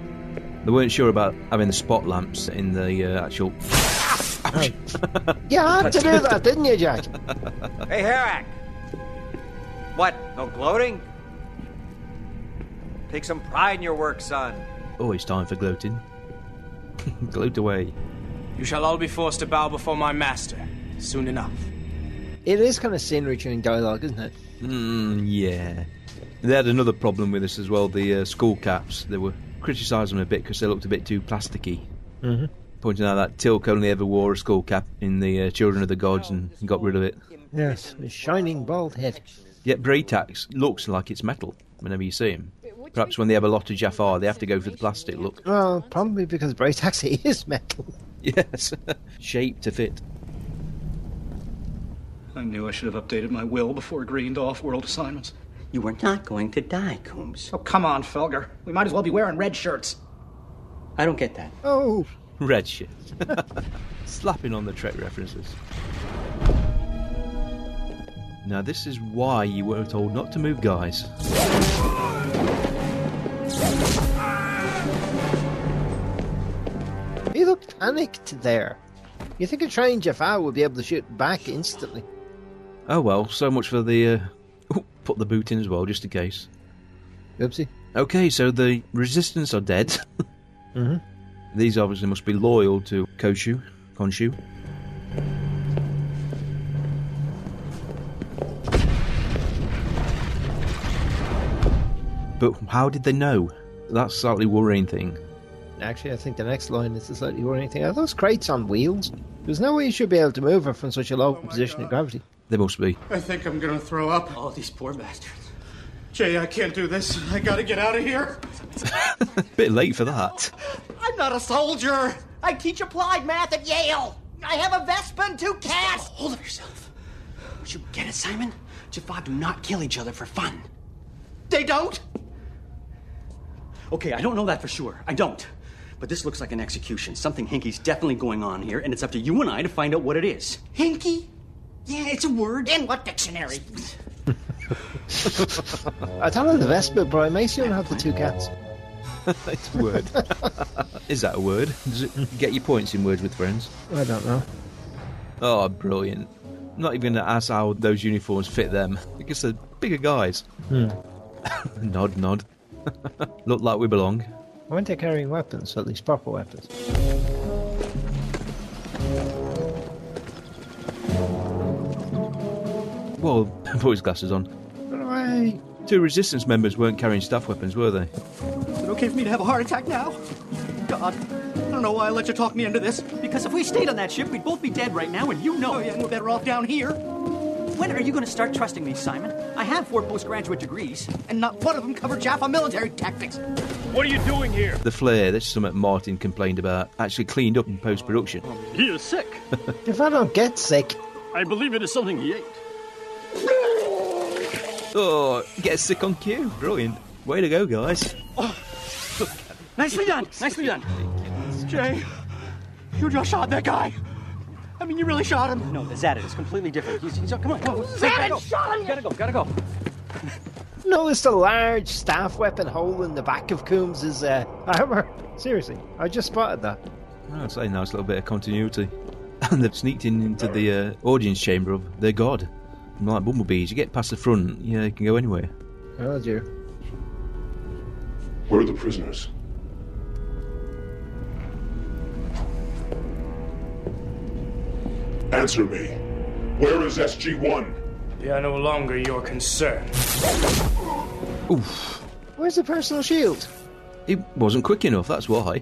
Speaker 3: They weren't sure about having the spot lamps in the uh, actual.
Speaker 2: You had to do that, didn't you, Jack?
Speaker 12: Hey, Harak! What? No gloating? Take some pride in your work, son.
Speaker 3: Always Oh, time for gloating. Gloat away.
Speaker 19: You shall all be forced to bow before my master soon enough.
Speaker 2: It is kind of scenery during dialogue, isn't it?
Speaker 3: Mm, yeah. They had another problem with this as well the uh, skull caps. They were criticising them a bit because they looked a bit too plasticky.
Speaker 2: Mm-hmm.
Speaker 3: Pointing out that Tilk only ever wore a skull cap in the uh, Children of the Gods and got rid of it.
Speaker 2: Yes, a shining bald head.
Speaker 3: Yet Braytax looks like it's metal whenever you see him. Perhaps when they have a lot of Jafar, they have to go for the plastic look.
Speaker 2: Well, probably because Brace actually is metal.
Speaker 3: Yes, shape to fit.
Speaker 15: I knew I should have updated my will before agreeing to off world assignments.
Speaker 4: You were not going to die, Coombs.
Speaker 15: Oh, come on, Felger. We might as well be wearing red shirts.
Speaker 4: I don't get that.
Speaker 2: Oh,
Speaker 3: Red shit. Slapping on the Trek references. Now, this is why you were told not to move, guys.
Speaker 2: he looked panicked there. You think a trained Jafar would be able to shoot back instantly?
Speaker 3: Oh well, so much for the. Uh... oh, put the boot in as well, just in case.
Speaker 2: Oopsie.
Speaker 3: Okay, so the Resistance are dead.
Speaker 2: mm-hmm.
Speaker 3: These obviously must be loyal to Koshu, Konshu. But how did they know? That's slightly worrying thing.
Speaker 2: Actually, I think the next line is the slightly worrying thing. Are those crates on wheels? There's no way you should be able to move her from such a low position of gravity.
Speaker 3: They must be.
Speaker 5: I think I'm gonna throw up.
Speaker 4: Oh, these poor bastards.
Speaker 5: Jay, I can't do this. I gotta get out of here.
Speaker 3: Bit late for that.
Speaker 5: I'm not a soldier.
Speaker 23: I teach applied math at Yale. I have a Vespa and two cats.
Speaker 4: Hold of yourself. Would you get it, Simon? Jafar do not kill each other for fun.
Speaker 5: They don't.
Speaker 4: Okay, I don't know that for sure. I don't. But this looks like an execution. Something hinky's definitely going on here, and it's up to you and I to find out what it is.
Speaker 23: Hinky?
Speaker 4: Yeah, it's a word.
Speaker 23: In what dictionary?
Speaker 2: I don't know the Vespa, but I may soon have the two cats.
Speaker 3: it's a word. is that a word? Does it get your points in Words with Friends?
Speaker 2: I don't know.
Speaker 3: Oh, brilliant. I'm not even going to ask how those uniforms fit them. I guess they're bigger guys.
Speaker 2: Hmm.
Speaker 3: nod, nod. Look like we belong.
Speaker 2: Weren't they carrying weapons, at least proper weapons?
Speaker 3: Well, I put his glasses on. Two resistance members weren't carrying staff weapons, were they?
Speaker 15: Is it okay for me to have a heart attack now? God, I don't know why I let you talk me into this. Because if we stayed on that ship, we'd both be dead right now, and you know. Oh, yeah, we're better off down here.
Speaker 4: When are you going to start trusting me, Simon? I have four postgraduate degrees.
Speaker 5: And not one of them covered Jaffa military tactics.
Speaker 24: What are you doing here?
Speaker 3: The flare, that's something Martin complained about, actually cleaned up in post production.
Speaker 24: He is sick.
Speaker 2: if I don't get sick.
Speaker 24: I believe it is something he ate.
Speaker 3: Oh, get sick on cue. Brilliant. Way to go, guys.
Speaker 4: Nicely done. Nicely done.
Speaker 5: Jay, you just shot that guy. I mean, you really shot him.
Speaker 4: No, the Zadid is completely different. He's, he's come on.
Speaker 15: Oh,
Speaker 4: Go,
Speaker 5: Zadid shot him!
Speaker 4: Gotta go. Gotta go.
Speaker 2: Notice the large staff weapon hole in the back of Coombs's uh, armor. Seriously, I just spotted that.
Speaker 3: I'd say Oh, nice little bit of continuity. And they've sneaked in into the uh, audience chamber of their god. Like bumblebees, you get past the front, yeah, you can go anywhere.
Speaker 2: Oh dear.
Speaker 8: Where are the prisoners? Answer me. Where is SG-1?
Speaker 19: They are no longer your concern.
Speaker 3: Oof,
Speaker 2: Where's the personal shield?
Speaker 3: it wasn't quick enough, that's why.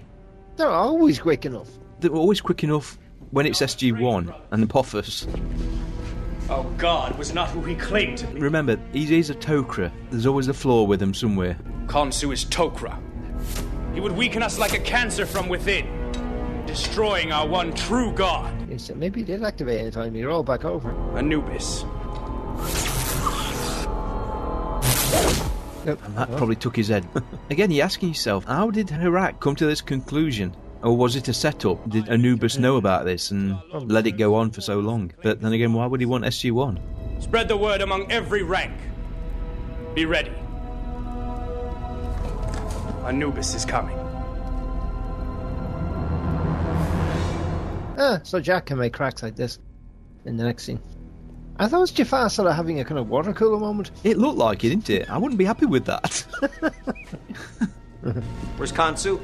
Speaker 2: They're always quick enough.
Speaker 3: They were always quick enough when it's SG1 and Apophis.
Speaker 19: Our God was not who he claimed to be.
Speaker 3: Remember, he is a Tokra. There's always a flaw with him somewhere.
Speaker 19: Khonsu is Tokra. He would weaken us like a cancer from within, destroying our one true God.
Speaker 2: Yes, so maybe they did activate it time you roll back over.
Speaker 19: Anubis.
Speaker 3: And that probably took his head. Again, you're asking yourself, how did Herak come to this conclusion? Or was it a setup? Did Anubis know about this and let it go on for so long? But then again, why would he want SG1?
Speaker 19: Spread the word among every rank. Be ready. Anubis is coming.
Speaker 2: Ah, so Jack can make cracks like this in the next scene. I thought it was Jafar sort of having a kind of water cooler moment.
Speaker 3: It looked like it, didn't it? I wouldn't be happy with that.
Speaker 13: Where's Kansu?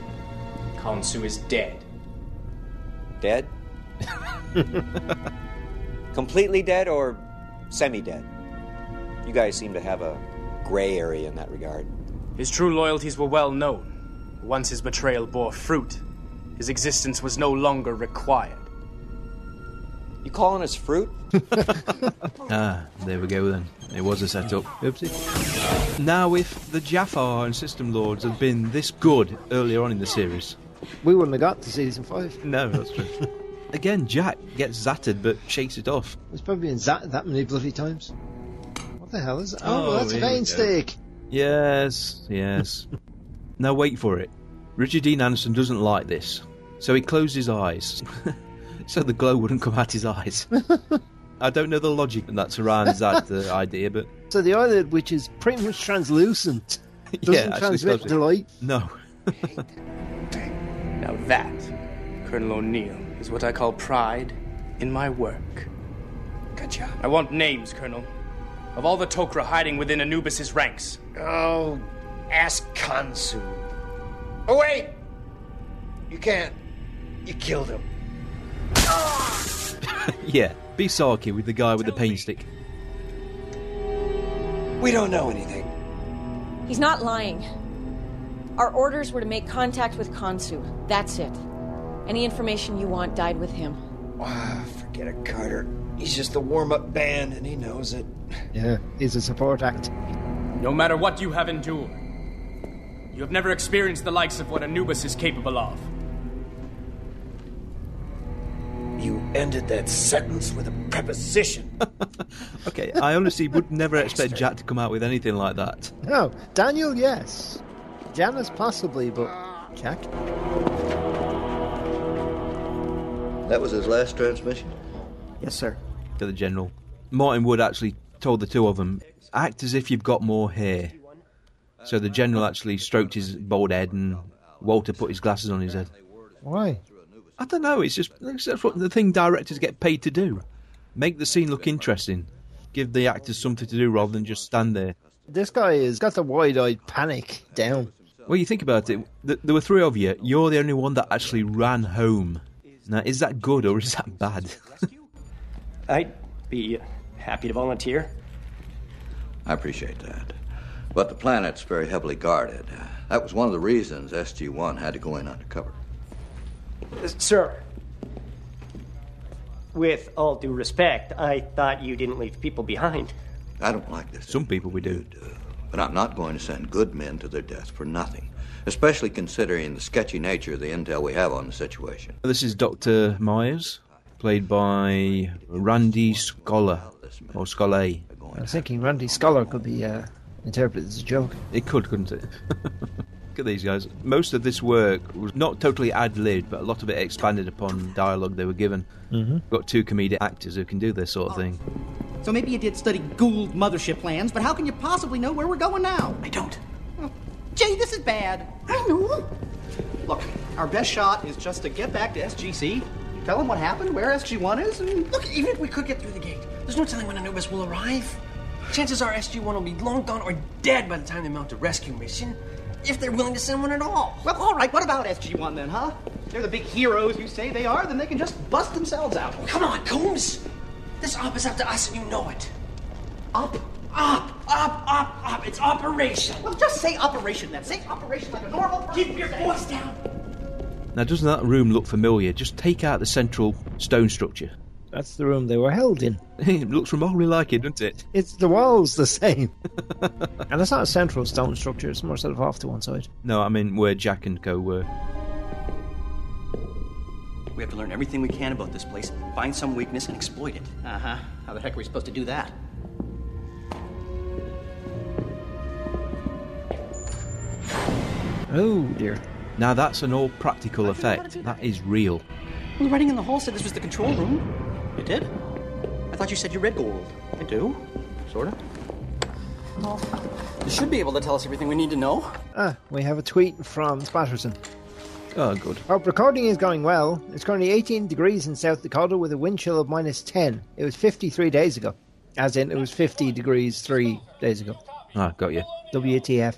Speaker 13: Kansu is dead.
Speaker 12: Dead? Completely dead or semi dead? You guys seem to have a gray area in that regard.
Speaker 19: His true loyalties were well known. Once his betrayal bore fruit, his existence was no longer required.
Speaker 12: You calling us fruit?
Speaker 3: Ah, there we go then. It was a setup. Oopsie. Now, if the Jaffar and System Lords had been this good earlier on in the series,
Speaker 2: we wouldn't have got to season five.
Speaker 3: No, that's true. Again, Jack gets zatted but shakes it off.
Speaker 2: It's probably been zapped that many bloody times. What the hell is that? Oh,
Speaker 3: Oh,
Speaker 2: that's a
Speaker 3: here we
Speaker 2: vein
Speaker 3: go.
Speaker 2: steak.
Speaker 3: Yes, yes. now wait for it. Richard Dean Anderson doesn't like this, so he closed his eyes so the glow wouldn't come out his eyes. I don't know the logic that surrounds that uh, idea, but
Speaker 2: So the eyelid, which is pretty much translucent, doesn't
Speaker 3: actually
Speaker 2: transmit
Speaker 3: does it.
Speaker 2: the light.
Speaker 3: no.
Speaker 19: Now that, Colonel O'Neill, is what I call pride in my work. Gotcha. I want names, Colonel. Of all the Tok'ra hiding within Anubis's ranks.
Speaker 23: Oh, ask Kansu. Oh, wait! You can't. You killed him.
Speaker 3: Yeah, be sarky with the guy with the paint stick.
Speaker 23: We don't know anything.
Speaker 6: He's not lying. Our orders were to make contact with Kansu. That's it. Any information you want died with him.
Speaker 23: Forget it, Carter. He's just the warm up band, and he knows it.
Speaker 2: Yeah, he's a support act.
Speaker 19: No matter what you have endured, you have never experienced the likes of what Anubis is capable of.
Speaker 23: You ended that sentence with a preposition.
Speaker 3: Okay, I honestly would never expect Jack to come out with anything like that.
Speaker 2: No, Daniel, yes. Janice, possibly, but Jack.
Speaker 1: That was his last transmission?
Speaker 3: Yes, sir. To the general. Martin Wood actually told the two of them, act as if you've got more hair. So the general actually stroked his bald head and Walter put his glasses on his head.
Speaker 2: Why?
Speaker 3: I don't know, it's just that's what the thing directors get paid to do. Make the scene look interesting. Give the actors something to do rather than just stand there.
Speaker 2: This guy has got the wide eyed panic down.
Speaker 3: Well, you think about it, th- there were three of you. You're the only one that actually ran home. Now, is that good or is that bad?
Speaker 7: I'd be happy to volunteer.
Speaker 1: I appreciate that. But the planet's very heavily guarded. That was one of the reasons SG 1 had to go in undercover.
Speaker 7: Uh, Sir, with all due respect, I thought you didn't leave people behind.
Speaker 1: I don't like this. uh,
Speaker 3: Some people we do.
Speaker 1: But I'm not going to send good men to their death for nothing, especially considering the sketchy nature of the intel we have on the situation.
Speaker 3: This is Dr. Myers, played by Randy Scholar, or Scholar.
Speaker 2: I was thinking Randy Scholar could be uh, interpreted as a joke.
Speaker 3: It could, couldn't it? Look at these guys. Most of this work was not totally ad lib, but a lot of it expanded upon dialogue they were given.
Speaker 2: Mhm.
Speaker 3: Got two comedic actors who can do this sort of thing.
Speaker 11: So maybe you did study Gould mothership plans, but how can you possibly know where we're going now? I don't. Jay, this is bad. I know. Look, our best shot is just to get back to SGC, tell them what happened, where SG1 is, and
Speaker 23: Look, even if we could get through the gate, there's no telling when Anubis will arrive. Chances are SG 1 will be long gone or dead by the time they mount a rescue mission, if they're willing to send one at all.
Speaker 7: Well, all right, what about SG1 then, huh? They're the big heroes you say they are, then they can just bust themselves out.
Speaker 23: Come on, Coombs! This op is up to us and you know it. Up, up, up, up, up. It's operation.
Speaker 7: Well, just say operation then. Say operation like a normal person. Keep your voice down.
Speaker 3: Now, doesn't that room look familiar? Just take out the central stone structure.
Speaker 2: That's the room they were held in.
Speaker 3: it looks remotely like it, doesn't it?
Speaker 2: It's the walls the same. and it's not a central stone structure, it's more sort of off to one side.
Speaker 3: No, I mean where Jack and Co were.
Speaker 4: We have to learn everything we can about this place, find some weakness, and exploit it.
Speaker 11: Uh huh. How the heck are we supposed to do that?
Speaker 3: Oh dear. Now that's an all practical effect. That is real.
Speaker 11: Well, the writing in the hall said this was the control room. It did? I thought you said you read Gold. I do. Sorta. Well, you should be able to tell us everything we need to know.
Speaker 2: Ah, we have a tweet from Spatterson.
Speaker 3: Oh, good.
Speaker 2: Our recording is going well. It's currently 18 degrees in South Dakota with a wind chill of minus 10. It was 53 days ago. As in, it was 50 degrees three days ago.
Speaker 3: Ah, got you.
Speaker 2: WTF.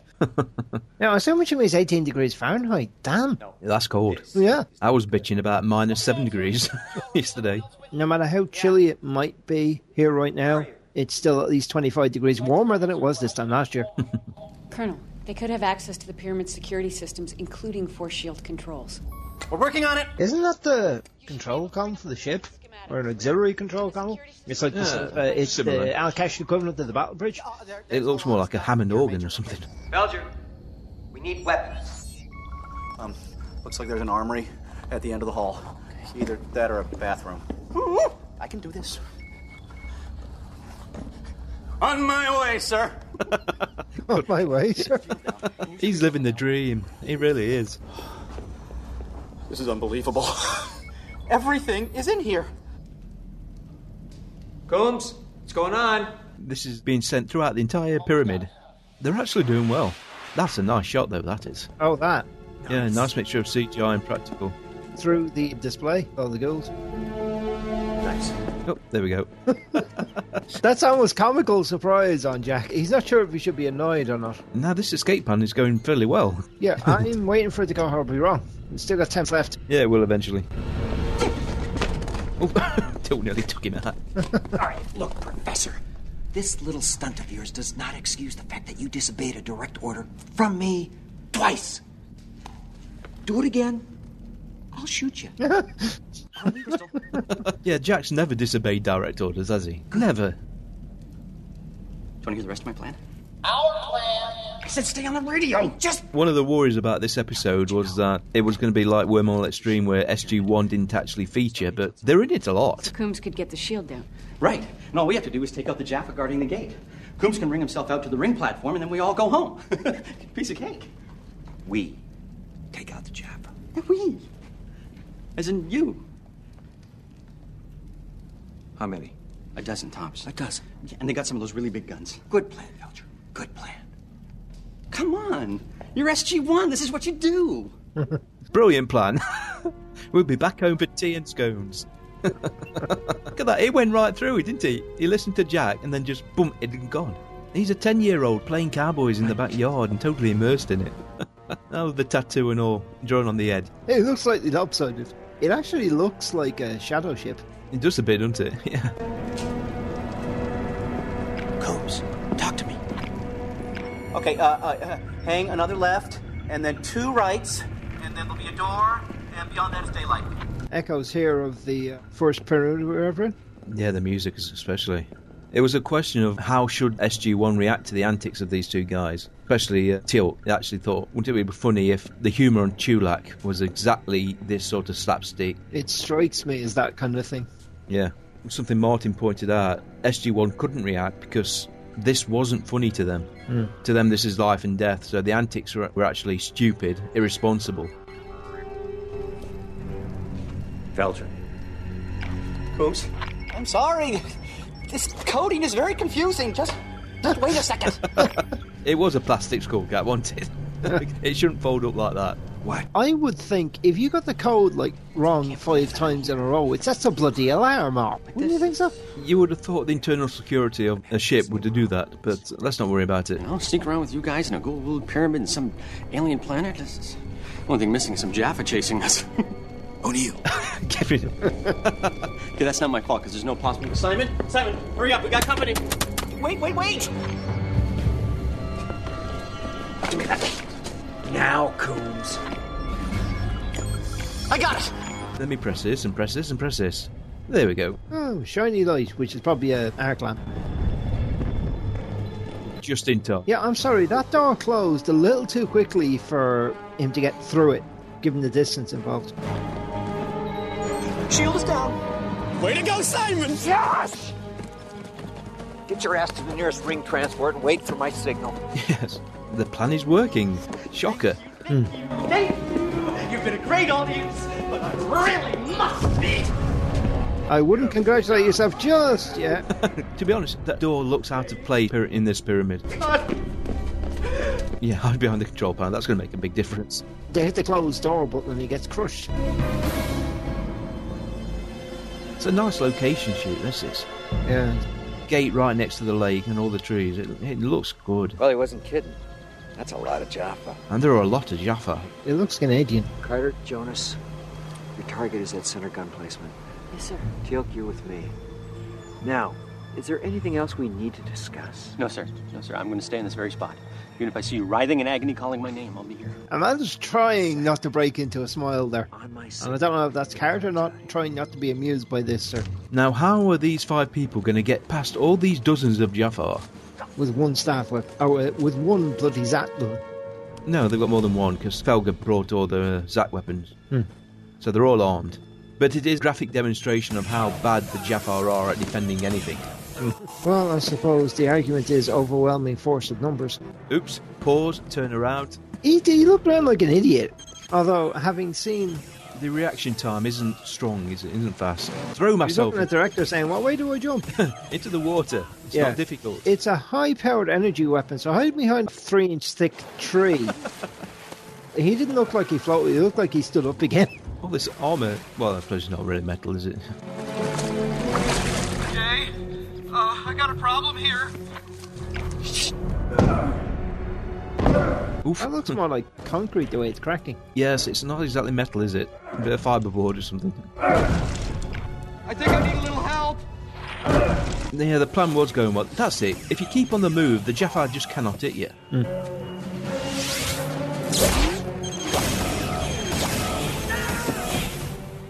Speaker 2: now, I assume it was 18 degrees Fahrenheit. Damn.
Speaker 3: That's cold.
Speaker 2: Yeah.
Speaker 3: I was bitching about minus seven degrees yesterday.
Speaker 2: No matter how chilly it might be here right now, it's still at least 25 degrees warmer than it was this time last year.
Speaker 17: Colonel, they could have access to the pyramid security systems, including force shield controls.
Speaker 2: We're working on it. Isn't that the control column for the ship, or an auxiliary control column? It's like the s
Speaker 3: Yeah,
Speaker 2: uh, it's
Speaker 3: similar.
Speaker 2: the Al Kash equivalent of the battle bridge.
Speaker 3: It looks more like a Hammond organ or something.
Speaker 7: Belger, we need weapons.
Speaker 15: Um, looks like there's an armory at the end of the hall. Either that or a bathroom. I can do this. On my way, sir.
Speaker 2: On Oh, my way, sir.
Speaker 3: He's living the dream. He really is.
Speaker 15: This is unbelievable. Everything is in here.
Speaker 18: Coombs, what's going on?
Speaker 3: This is being sent throughout the entire pyramid. They're actually doing well. That's a nice shot, though, that is.
Speaker 2: Oh, that
Speaker 3: Yeah, nice mixture of CGI and practical.
Speaker 2: through the display, all the gold. Nice.
Speaker 3: Oh, there we go.
Speaker 2: That's almost comical surprise on Jack. He's not sure if he should be annoyed or not.
Speaker 3: Now, this escape plan is going fairly well.
Speaker 2: Yeah, I'm waiting for it to go horribly wrong. We've still got 10 left.
Speaker 3: Yeah, it will eventually. Oh, Tilt nearly took him out.
Speaker 10: Look, Professor, this little stunt of yours does not excuse the fact that you disobeyed a direct order from me twice. Do it again, I'll shoot you.
Speaker 3: Yeah, Jack's never disobeyed direct orders, has he? Never.
Speaker 4: Do you want to hear the rest of my plan?
Speaker 10: I said stay on the radio. Just
Speaker 3: One of the worries about this episode was that it was going to be like Wormhole Extreme, where SG1 didn't actually feature, but they're in it a lot.
Speaker 17: Coombs could get the shield down.
Speaker 4: Right. And all we have to do is take out the Jaffa guarding the gate. Coombs can ring himself out to the ring platform, and then we all go home. Piece of cake. We take out the Jaffa. We. As in you.
Speaker 18: How many?
Speaker 4: A dozen tops. A dozen. And they got some of those really big guns. Good plan, Belcher. Good plan. Come on. You're SG1. This is what you do.
Speaker 3: Brilliant plan. we'll be back home for tea and scones. Look at that. He went right through it, didn't he? He listened to Jack and then just boom, it had gone. He's a 10 year old playing cowboys in the backyard and totally immersed in it. oh, the tattoo and all drawn on the head.
Speaker 2: It looks slightly lopsided. It actually looks like a shadow ship.
Speaker 3: It does a bit, doesn't it? Yeah.
Speaker 11: Combs, talk to me. Okay, uh, uh, uh, hang another left, and then two rights, and then there'll be a door, and beyond that is daylight.
Speaker 2: Echoes here of the uh, first pyramid we we're ever in.
Speaker 3: Yeah, the music is especially. It was a question of how should SG1 react to the antics of these two guys, especially uh, Tilt. He actually thought, wouldn't it be funny if the humour on Chulak was exactly this sort of slapstick?
Speaker 2: It strikes me as that kind of thing.
Speaker 3: Yeah. Something Martin pointed out SG1 couldn't react because this wasn't funny to them.
Speaker 2: Hmm.
Speaker 3: To them, this is life and death, so the antics were, were actually stupid, irresponsible.
Speaker 18: Velger.
Speaker 11: Coombs, I'm sorry. This coding is very confusing. Just, just wait a second.
Speaker 3: It was a plastic skullcap, wasn't it? it shouldn't fold up like that. What?
Speaker 2: I would think if you got the code like wrong five times in a row, it sets a bloody alarm up. Wouldn't you think so?
Speaker 3: You would have thought the internal security of a ship would do that, but let's not worry about it.
Speaker 23: I'll sneak around with you guys in a gold wool pyramid in some alien planet. This is one thing missing: some Jaffa chasing us. O'Neill,
Speaker 4: Okay, that's not my fault because there's no possible.
Speaker 11: Simon, Simon, hurry up. We got company. Wait, wait, wait.
Speaker 18: Now, Coombs.
Speaker 11: I got it.
Speaker 3: Let me press this and press this and press this. There we go.
Speaker 2: Oh, shiny light, which is probably a arc lamp.
Speaker 3: Just in time.
Speaker 2: Yeah, I'm sorry, that door closed a little too quickly for him to get through it, given the distance involved.
Speaker 11: Shield is down. Way to go, Simon. Yes.
Speaker 12: Get your ass to the nearest ring transport and wait for my signal.
Speaker 3: Yes. The plan is working. Shocker.
Speaker 11: Thank you. You've been a great audience, but I really must be.
Speaker 2: I wouldn't congratulate yourself just yet.
Speaker 3: to be honest, that door looks out of place in this pyramid.
Speaker 11: God.
Speaker 3: Yeah, hide behind the control panel. That's going to make a big difference.
Speaker 2: They hit the closed door button and he gets crushed.
Speaker 3: It's a nice location shoot, this is.
Speaker 2: Yeah.
Speaker 3: Gate right next to the lake and all the trees. It, it looks good.
Speaker 12: Well, he wasn't kidding. That's a lot of Jaffa.
Speaker 3: And there are a lot of Jaffa.
Speaker 2: It looks Canadian.
Speaker 12: Carter, Jonas, your target is that center gun placement.
Speaker 17: Yes, sir.
Speaker 12: Teal'c, you're with me. Now, is there anything else we need to discuss?
Speaker 4: No, sir. No, sir. I'm going to stay in this very spot. Even if I see you writhing in agony calling my name, I'll be here.
Speaker 2: Amanda's trying not to break into a smile there. And I don't know if that's character not trying not to be amused by this, sir.
Speaker 3: Now, how are these five people going to get past all these dozens of Jaffa?
Speaker 2: With one staff whip, or uh, with one bloody zat gun.
Speaker 3: No, they've got more than one because Felga brought all the Zat weapons.
Speaker 2: Hmm.
Speaker 3: So they're all armed. But it is graphic demonstration of how bad the Jaffa are at defending anything.
Speaker 2: Well, I suppose the argument is overwhelming force of numbers. E
Speaker 3: Oops, pause, turn around.
Speaker 2: He, he looked around like an idiot. Although, having seen.
Speaker 3: The reaction time isn't strong, is it? Isn't fast. Throw
Speaker 2: He's
Speaker 3: myself
Speaker 2: looking at the director saying, What way do I jump?
Speaker 3: into the water. It's
Speaker 2: Yeah.
Speaker 3: not difficult.
Speaker 2: It's a high powered energy weapon, so hide behind a three inch thick tree. he didn't look like he floated, he looked like he stood up again.
Speaker 3: All this armour. Well, I suppose it's not really metal, is it?
Speaker 5: Jay, uh, I got a problem here.
Speaker 3: Oof.
Speaker 2: That looks more like concrete the way it's cracking.
Speaker 3: Yes, it's not exactly metal, is it? A bit of fiberboard or something.
Speaker 5: I think I need a little help.
Speaker 3: Yeah, the plan was going well. That's it. If you keep on the move, the Jaffa just cannot hit you.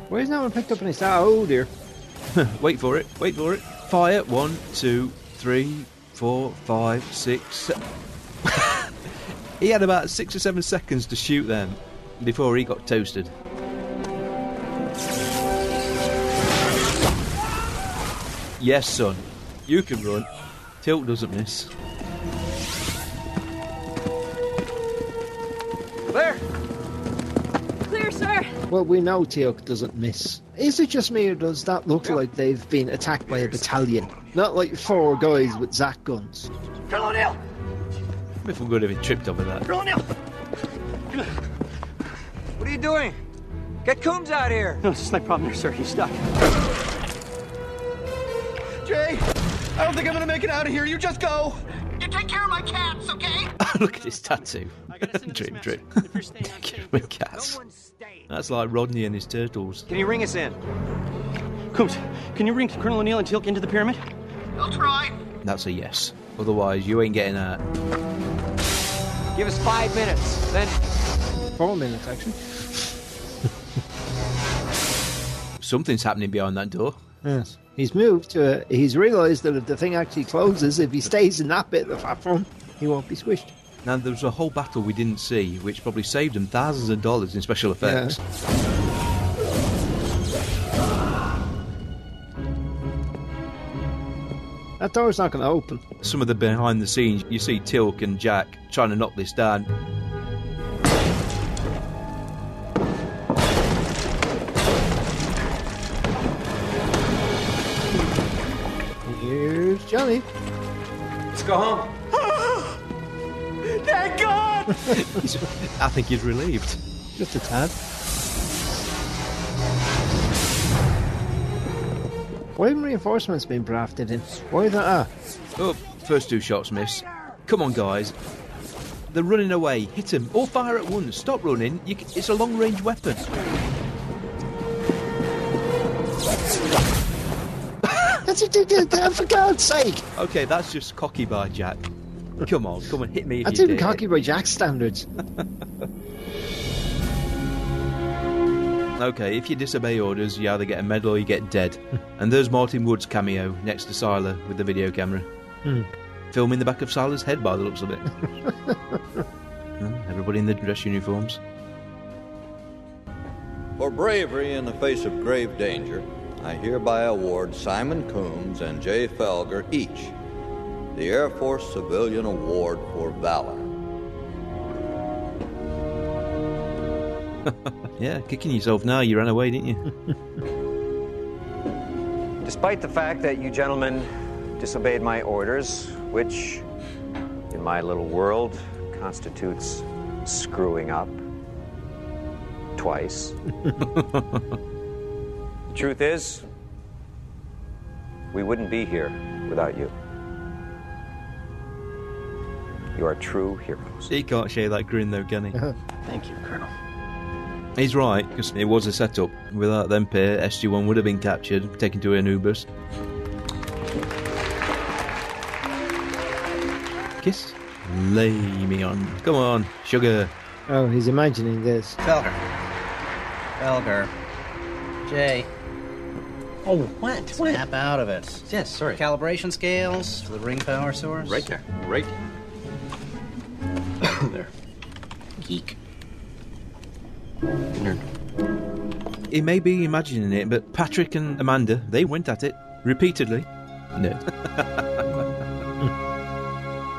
Speaker 2: Why has no one picked up any star? Oh dear.
Speaker 3: wait for it. Wait for it. Fire. One, two, three, four, five, six. se- he had about six or seven seconds to shoot them before he got toasted. Yes, son. You can run. Tilt doesn't miss.
Speaker 12: Clear!
Speaker 6: Clear, sir.
Speaker 2: Well, we know Teok doesn't miss. Is it just me or does that look like they've been attacked by a battalion? Not like four guys with Zat guns.
Speaker 5: Drill O'Neill!
Speaker 3: If we would have tripped over that.
Speaker 5: Drill O'Neill!
Speaker 12: What are you doing? Get Coombs out here!
Speaker 4: No, it's just my problem there, sir. He's stuck.
Speaker 5: Jay, I don't think I'm gonna make it out of here. You just go. You take care of my cats, okay?
Speaker 3: Look at his tattoo. Drip, drip. My cats. That's like Rodney and his turtles.
Speaker 12: Can you ring us in?
Speaker 4: Coombs, can you ring Colonel O'Neill and Teal'c into the pyramid?
Speaker 5: I'll try.
Speaker 3: That's a yes. Otherwise, you ain't getting out.
Speaker 12: Give us five minutes, then.
Speaker 2: Four minutes, actually.
Speaker 3: Something's happening behind that door.
Speaker 2: Yes. He's moved to. A, he's realised that if the thing actually closes, if he stays in that bit of the platform, he won't be squished.
Speaker 3: Now, there was a whole battle we didn't see, which probably saved them thousands of dollars in special effects.
Speaker 2: That door's not going to open.
Speaker 3: Some of the behind the scenes, you see Tilk and Jack trying to knock this down.
Speaker 2: Here's Johnny.
Speaker 12: Let's go home.
Speaker 5: Thank God!
Speaker 3: I think he's relieved.
Speaker 2: Just a tad. Why haven't reinforcements been drafted in? Why that? Ah,
Speaker 3: Oh, first two shots miss. Come on, guys. They're running away. Hit them. All fire at once. Stop running. You c it's a long range weapon.
Speaker 2: that's a, that- that- that- for God's sake!
Speaker 3: Okay, that's just cocky by Jack. Come on, come on, hit me. If
Speaker 2: That's
Speaker 3: you
Speaker 2: even
Speaker 3: dare.
Speaker 2: cocky by Jack's standards.
Speaker 3: Okay, if you disobey orders, you either get a medal or you get dead. and there's Martin Wood's cameo next to Sila with the video camera,
Speaker 2: Hmm.
Speaker 3: filming the back of Sila's head by the looks of it. Hmm, Everybody in the dress uniforms.
Speaker 1: For bravery in the face of grave danger, I hereby award Simon Coombs and Jay Felger each the Air Force Civilian Award for Valor.
Speaker 3: Yeah, kicking yourself now. You ran away, didn't you?
Speaker 12: Despite the fact that you gentlemen disobeyed my orders, which in my little world constitutes screwing up twice. The truth is, we wouldn't be here without you. You are true heroes.
Speaker 3: He can't share that grin though, can he?
Speaker 23: Thank you, Colonel.
Speaker 3: He's right, because it was a setup. Without them pair, SG-1 would have been captured, taken to Anubis. Kiss. Lay me on. Come on, sugar.
Speaker 2: Oh, he's imagining this.
Speaker 22: Felger. Felger. Jay. Oh, what? Snap out of it. Yes, sorry. Calibration scales for the ring power source. Right there. Right there.
Speaker 3: Geek. He may be imagining it, but Patrick and Amanda, they went at it repeatedly. No.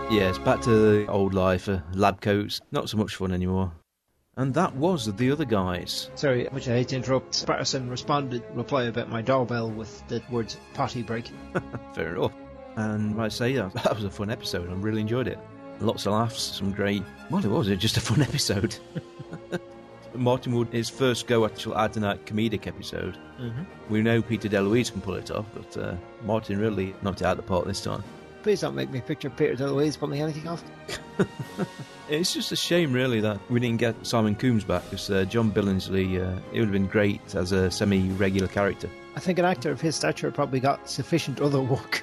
Speaker 3: yes, back to the old life, uh, lab coats. Not so much fun anymore. And that was the other guys.
Speaker 2: Sorry, which I hate to interrupt. Patterson responded reply about my doorbell with the words potty break.
Speaker 3: Fair enough. And I say that, that was a fun episode. I really enjoyed it. Lots of laughs, some great. Well, it was it just a fun episode. Martin Wood, his first go actual Adonite comedic episode.
Speaker 2: Mhm.
Speaker 3: We know Peter DeLuise can pull it off, but uh, Martin really knocked it out of the park this time.
Speaker 2: Please don't make me picture Peter DeLuise pulling anything off.
Speaker 3: It's just a shame, really, that we didn't get Simon Coombs back because uh, John Billingsley, uh, it would have been great as a semi-regular character.
Speaker 2: I think an actor of his stature probably got sufficient other work.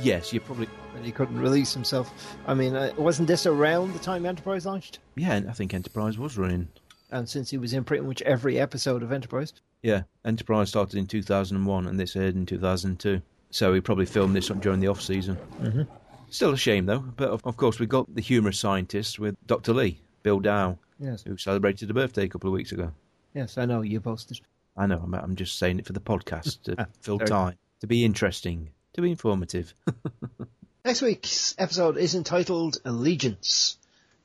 Speaker 3: Yes, you probably.
Speaker 2: And he couldn't release himself. I mean, uh, wasn't this around the time Enterprise launched?
Speaker 3: Yeah, I think Enterprise was running.
Speaker 2: And since he was in pretty much every episode of Enterprise,
Speaker 3: Yeah, Enterprise started in 2001 and this aired in 2002. So he probably filmed this up during the off season.
Speaker 2: Mhm.
Speaker 3: Still a shame though, but of, of course we got the humorous scientist with Dr. Lee, Bill Dow,
Speaker 2: Yes.
Speaker 3: who celebrated a birthday a couple of weeks ago.
Speaker 2: yes, I know you posted.
Speaker 3: I know, I'm, I'm just saying it for the podcast to
Speaker 2: Ah,
Speaker 3: fill
Speaker 2: sorry.
Speaker 3: time, to be interesting, to be informative.
Speaker 2: Next week's episode is entitled Allegiance.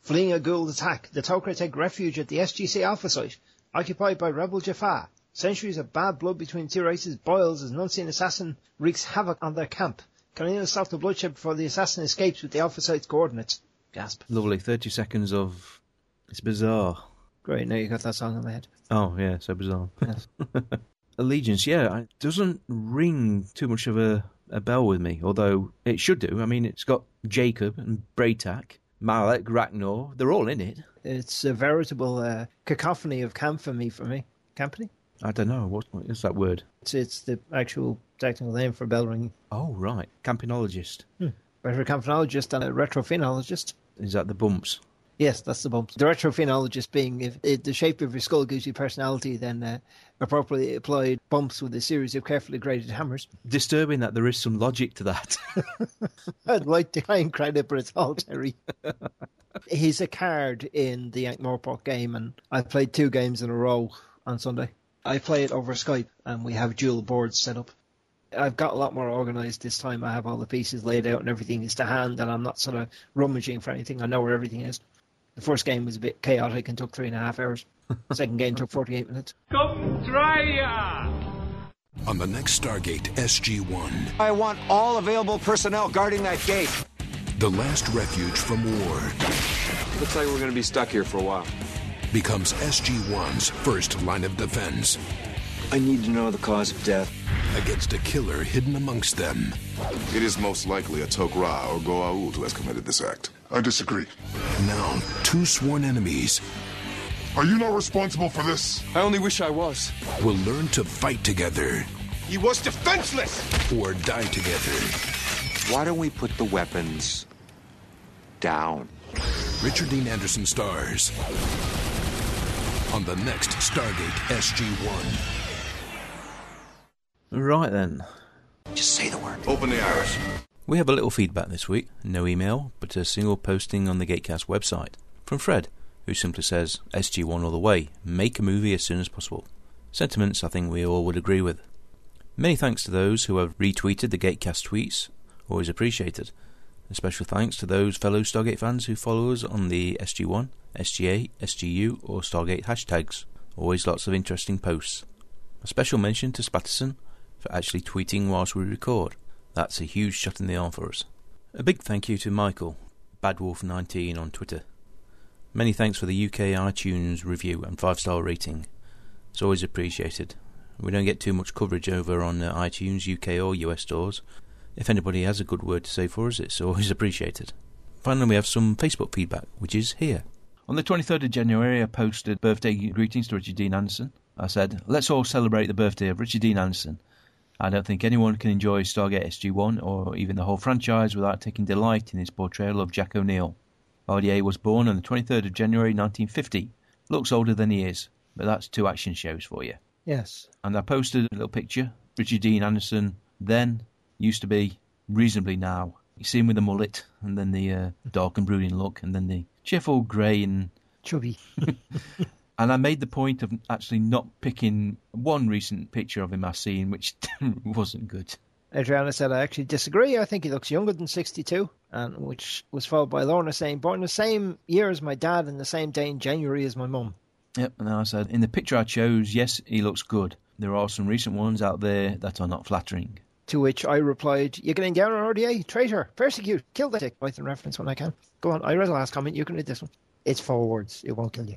Speaker 2: Fleeing a Gould attack, the Tok'ra take refuge at the SGC Alpha site, occupied by rebel Jafar. Centuries of bad blood between two races boils as an unseen assassin wreaks havoc on their camp. Can anyone stop the bloodshed before the assassin escapes with the Alpha site's coordinates? Gasp.
Speaker 3: Lovely, 30 seconds of. It's bizarre.
Speaker 2: Great, now you got that song in my head.
Speaker 3: Oh, yeah, so bizarre. Allegiance, yeah, it doesn't ring too much of a, a bell with me, although it should do. I mean, it's got Jacob and Braytak, Malek, Ragnar, they're all in it.
Speaker 2: It's a veritable uh, cacophony of camphony for me. Campany?
Speaker 3: I don't know, what, what is that word?
Speaker 2: It's, it's the actual technical name for bell ringing.
Speaker 3: Oh, right, Campinologist.
Speaker 2: Hmm. Better a camphenologist than a retrophenologist.
Speaker 3: Is that the bumps?
Speaker 2: Yes, that's the bumps. The retrophenologist being if, if the shape of your skull gives you personality, then uh, appropriately applied bumps with a series of carefully graded hammers.
Speaker 3: Disturbing that there is some logic to that.
Speaker 2: I'd like to claim credit, but it's all Terry. He's a card in the Yank Morpok game, and I played two games in a row on Sunday. I play it over Skype, and we have dual boards set up. I've got a lot more organised this time. I have all the pieces laid out, and everything is to hand, and I'm not sort of rummaging for anything. I know where everything is. The first game was a bit chaotic and took three and a half hours. The second game took 48 minutes.
Speaker 20: Come try ya! On the next Stargate SG-1,
Speaker 12: I want all available personnel guarding that gate.
Speaker 20: the last refuge from war
Speaker 9: Looks like we're gonna be stuck here for a while.
Speaker 20: becomes SG-1's first line of defense.
Speaker 9: I need to know the cause of death.
Speaker 20: Against a killer hidden amongst them.
Speaker 14: It is most likely a Tok'ra or Goa'uld who has committed this act. I disagree.
Speaker 20: Now, two sworn enemies
Speaker 14: Are you not responsible for this? I only wish I was.
Speaker 20: will learn to fight together
Speaker 14: He was defenseless!
Speaker 20: or die together.
Speaker 9: Why don't we put the weapons down?
Speaker 20: Richard Dean Anderson stars on the next Stargate SG-1.
Speaker 3: right then.
Speaker 9: Just say the word.
Speaker 14: Open the iris.
Speaker 3: We have a little feedback this week. No email, but a single posting on the Gatecast website from Fred, who simply says, SG1 all the way, make a movie as soon as possible. Sentiments I think we all would agree with. Many thanks to those who have retweeted the Gatecast tweets, always appreciated. A special thanks to those fellow Stargate fans who follow us on the SG1, SGA, SGU, or Stargate hashtags. Always lots of interesting posts. A special mention to Spatterson for actually tweeting whilst we record. That's a huge shot in the arm for us. A big thank you to Michael, BadWolf19 on Twitter. Many thanks for the UK iTunes review and five star rating. It's always appreciated. We don't get too much coverage over on uh, iTunes, UK or US stores. If anybody has a good word to say for us, it's always appreciated. Finally, we have some Facebook feedback, which is here. On the 23rd of January, I posted birthday greetings to Richard Dean Anderson. I said, Let's all celebrate the birthday of Richard Dean Anderson. I don't think anyone can enjoy Stargate SG 1 or even the whole franchise without taking delight in his portrayal of Jack O'Neill. RDA was born on the 23rd of January 1950. Looks older than he is, but that's two action shows for you.
Speaker 2: Yes.
Speaker 3: And I posted a little picture. Richard Dean Anderson, then, used to be, reasonably now. You see him with the mullet, and then the uh, dark and brooding look, and then the cheerful grey and.
Speaker 2: Chubby.
Speaker 3: And I made the point of actually not picking one recent picture of him I've seen, which wasn't good.
Speaker 2: Adriana said, I actually disagree. I think he looks younger than 62, and which was followed by Lorna saying, born the same year as my dad and the same day in January as my mum.
Speaker 3: Yep, and I said, in the picture I chose, yes, he looks good. There are some recent ones out there that are not flattering.
Speaker 2: To which I replied, You're getting down on RDA? Traitor! Persecute! Kill the dick! I can reference when I can. Go on, I read the last comment. You can read this one. It's four words. It won't kill you.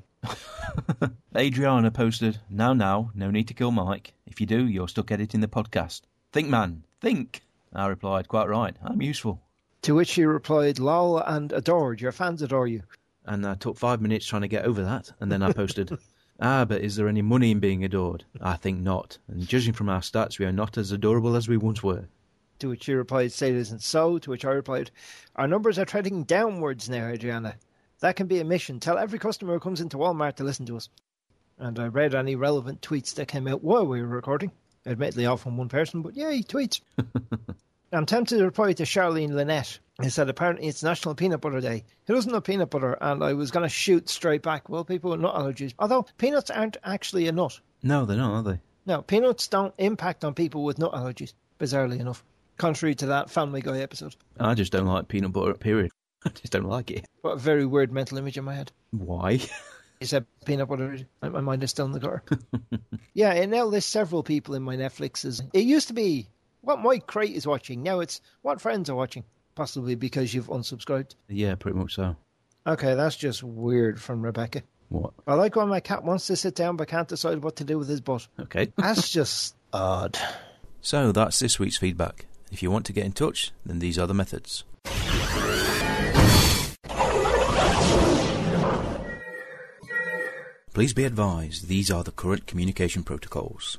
Speaker 3: Adriana posted, Now, now, no need to kill Mike. If you do, you're stuck editing the podcast. Think, man, think. I replied, Quite right. I'm useful.
Speaker 2: To which she replied, Lol and adored. Your fans adore you.
Speaker 3: And I took five minutes trying to get over that. And then I posted, Ah, but is there any money in being adored? I think not. And judging from our stats, we are not as adorable as we once were.
Speaker 2: To which she replied, Say it isn't so. To which I replied, Our numbers are trending downwards now, Adriana. That can be a mission. Tell every customer who comes into Walmart to listen to us. And I read any relevant tweets that came out while we were recording. Admittedly, all from one person, but yay, tweets. I'm tempted to reply to Charlene Lynette. He said, apparently it's National Peanut Butter Day. Who doesn't love peanut butter? And I was going to shoot straight back. Well, people with nut allergies. Although, peanuts aren't actually a nut.
Speaker 3: No, they're not, are they?
Speaker 2: No, peanuts don't impact on people with nut allergies, bizarrely enough. Contrary to that Family Guy episode.
Speaker 3: I just don't like peanut butter, period. I just don't like it.
Speaker 2: What a very weird mental image in my head.
Speaker 3: Why?
Speaker 2: He said peanut butter. and My mind is still in the gutter. yeah, and now there's several people in my Netflixes. It used to be what my crate is watching. Now it's what friends are watching. Possibly because you've unsubscribed.
Speaker 3: Yeah, pretty much so.
Speaker 2: Okay, that's just weird from Rebecca.
Speaker 3: What?
Speaker 2: I like when my cat wants to sit down but can't decide what to do with his butt.
Speaker 3: Okay.
Speaker 2: That's just odd.
Speaker 3: So that's this week's feedback. If you want to get in touch, then these are the methods. Please be advised these are the current communication protocols.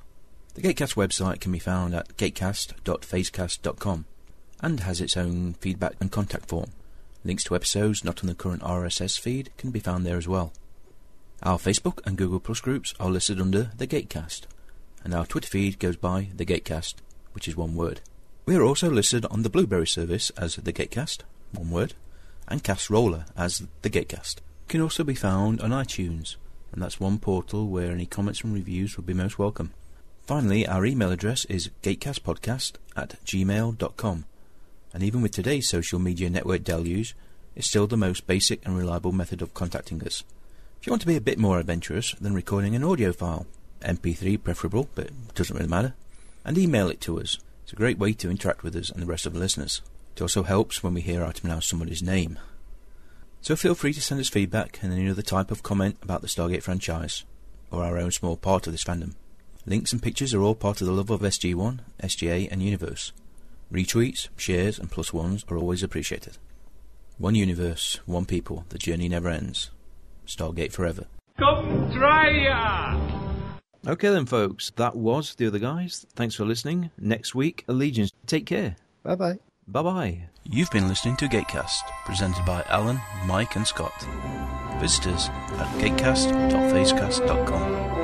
Speaker 3: The Gatecast website can be found at gatecast.facecast.com and has its own feedback and contact form. Links to episodes not on the current RSS feed can be found there as well. Our Facebook and Google Plus groups are listed under The Gatecast, and our Twitter feed goes by The Gatecast, which is one word. We are also listed on the Blueberry service as The Gatecast, one word, and Cast Roller as The Gatecast. Can also be found on iTunes, and that's one portal where any comments and reviews would be most welcome. Finally, our email address is gatecastpodcast at gmail.com. And even with today's social media network deluge, it's still the most basic and reliable method of contacting us. If you want to be a bit more adventurous, then recording an audio file, MP3 preferable, but it doesn't really matter, and email it to us. It's a great way to interact with us and the rest of the listeners. It also helps when we hear out to pronounce somebody's name. So feel free to send us feedback and any other type of comment about the Stargate franchise, or our own small part of this fandom. Links and pictures are all part of the love of SG1, SGA, and Universe. Retweets, shares, and plus ones are always appreciated. One universe, one people, the journey never ends. Stargate forever.
Speaker 20: Come try ya!
Speaker 3: Okay then, folks, that was The Other Guys. Thanks for listening. Next week, Allegiance. Take care.
Speaker 2: Bye bye.
Speaker 3: Bye bye. You've been listening to Gatecast, presented by Alan, Mike, and Scott. Visit us at gatecast.facecast.com.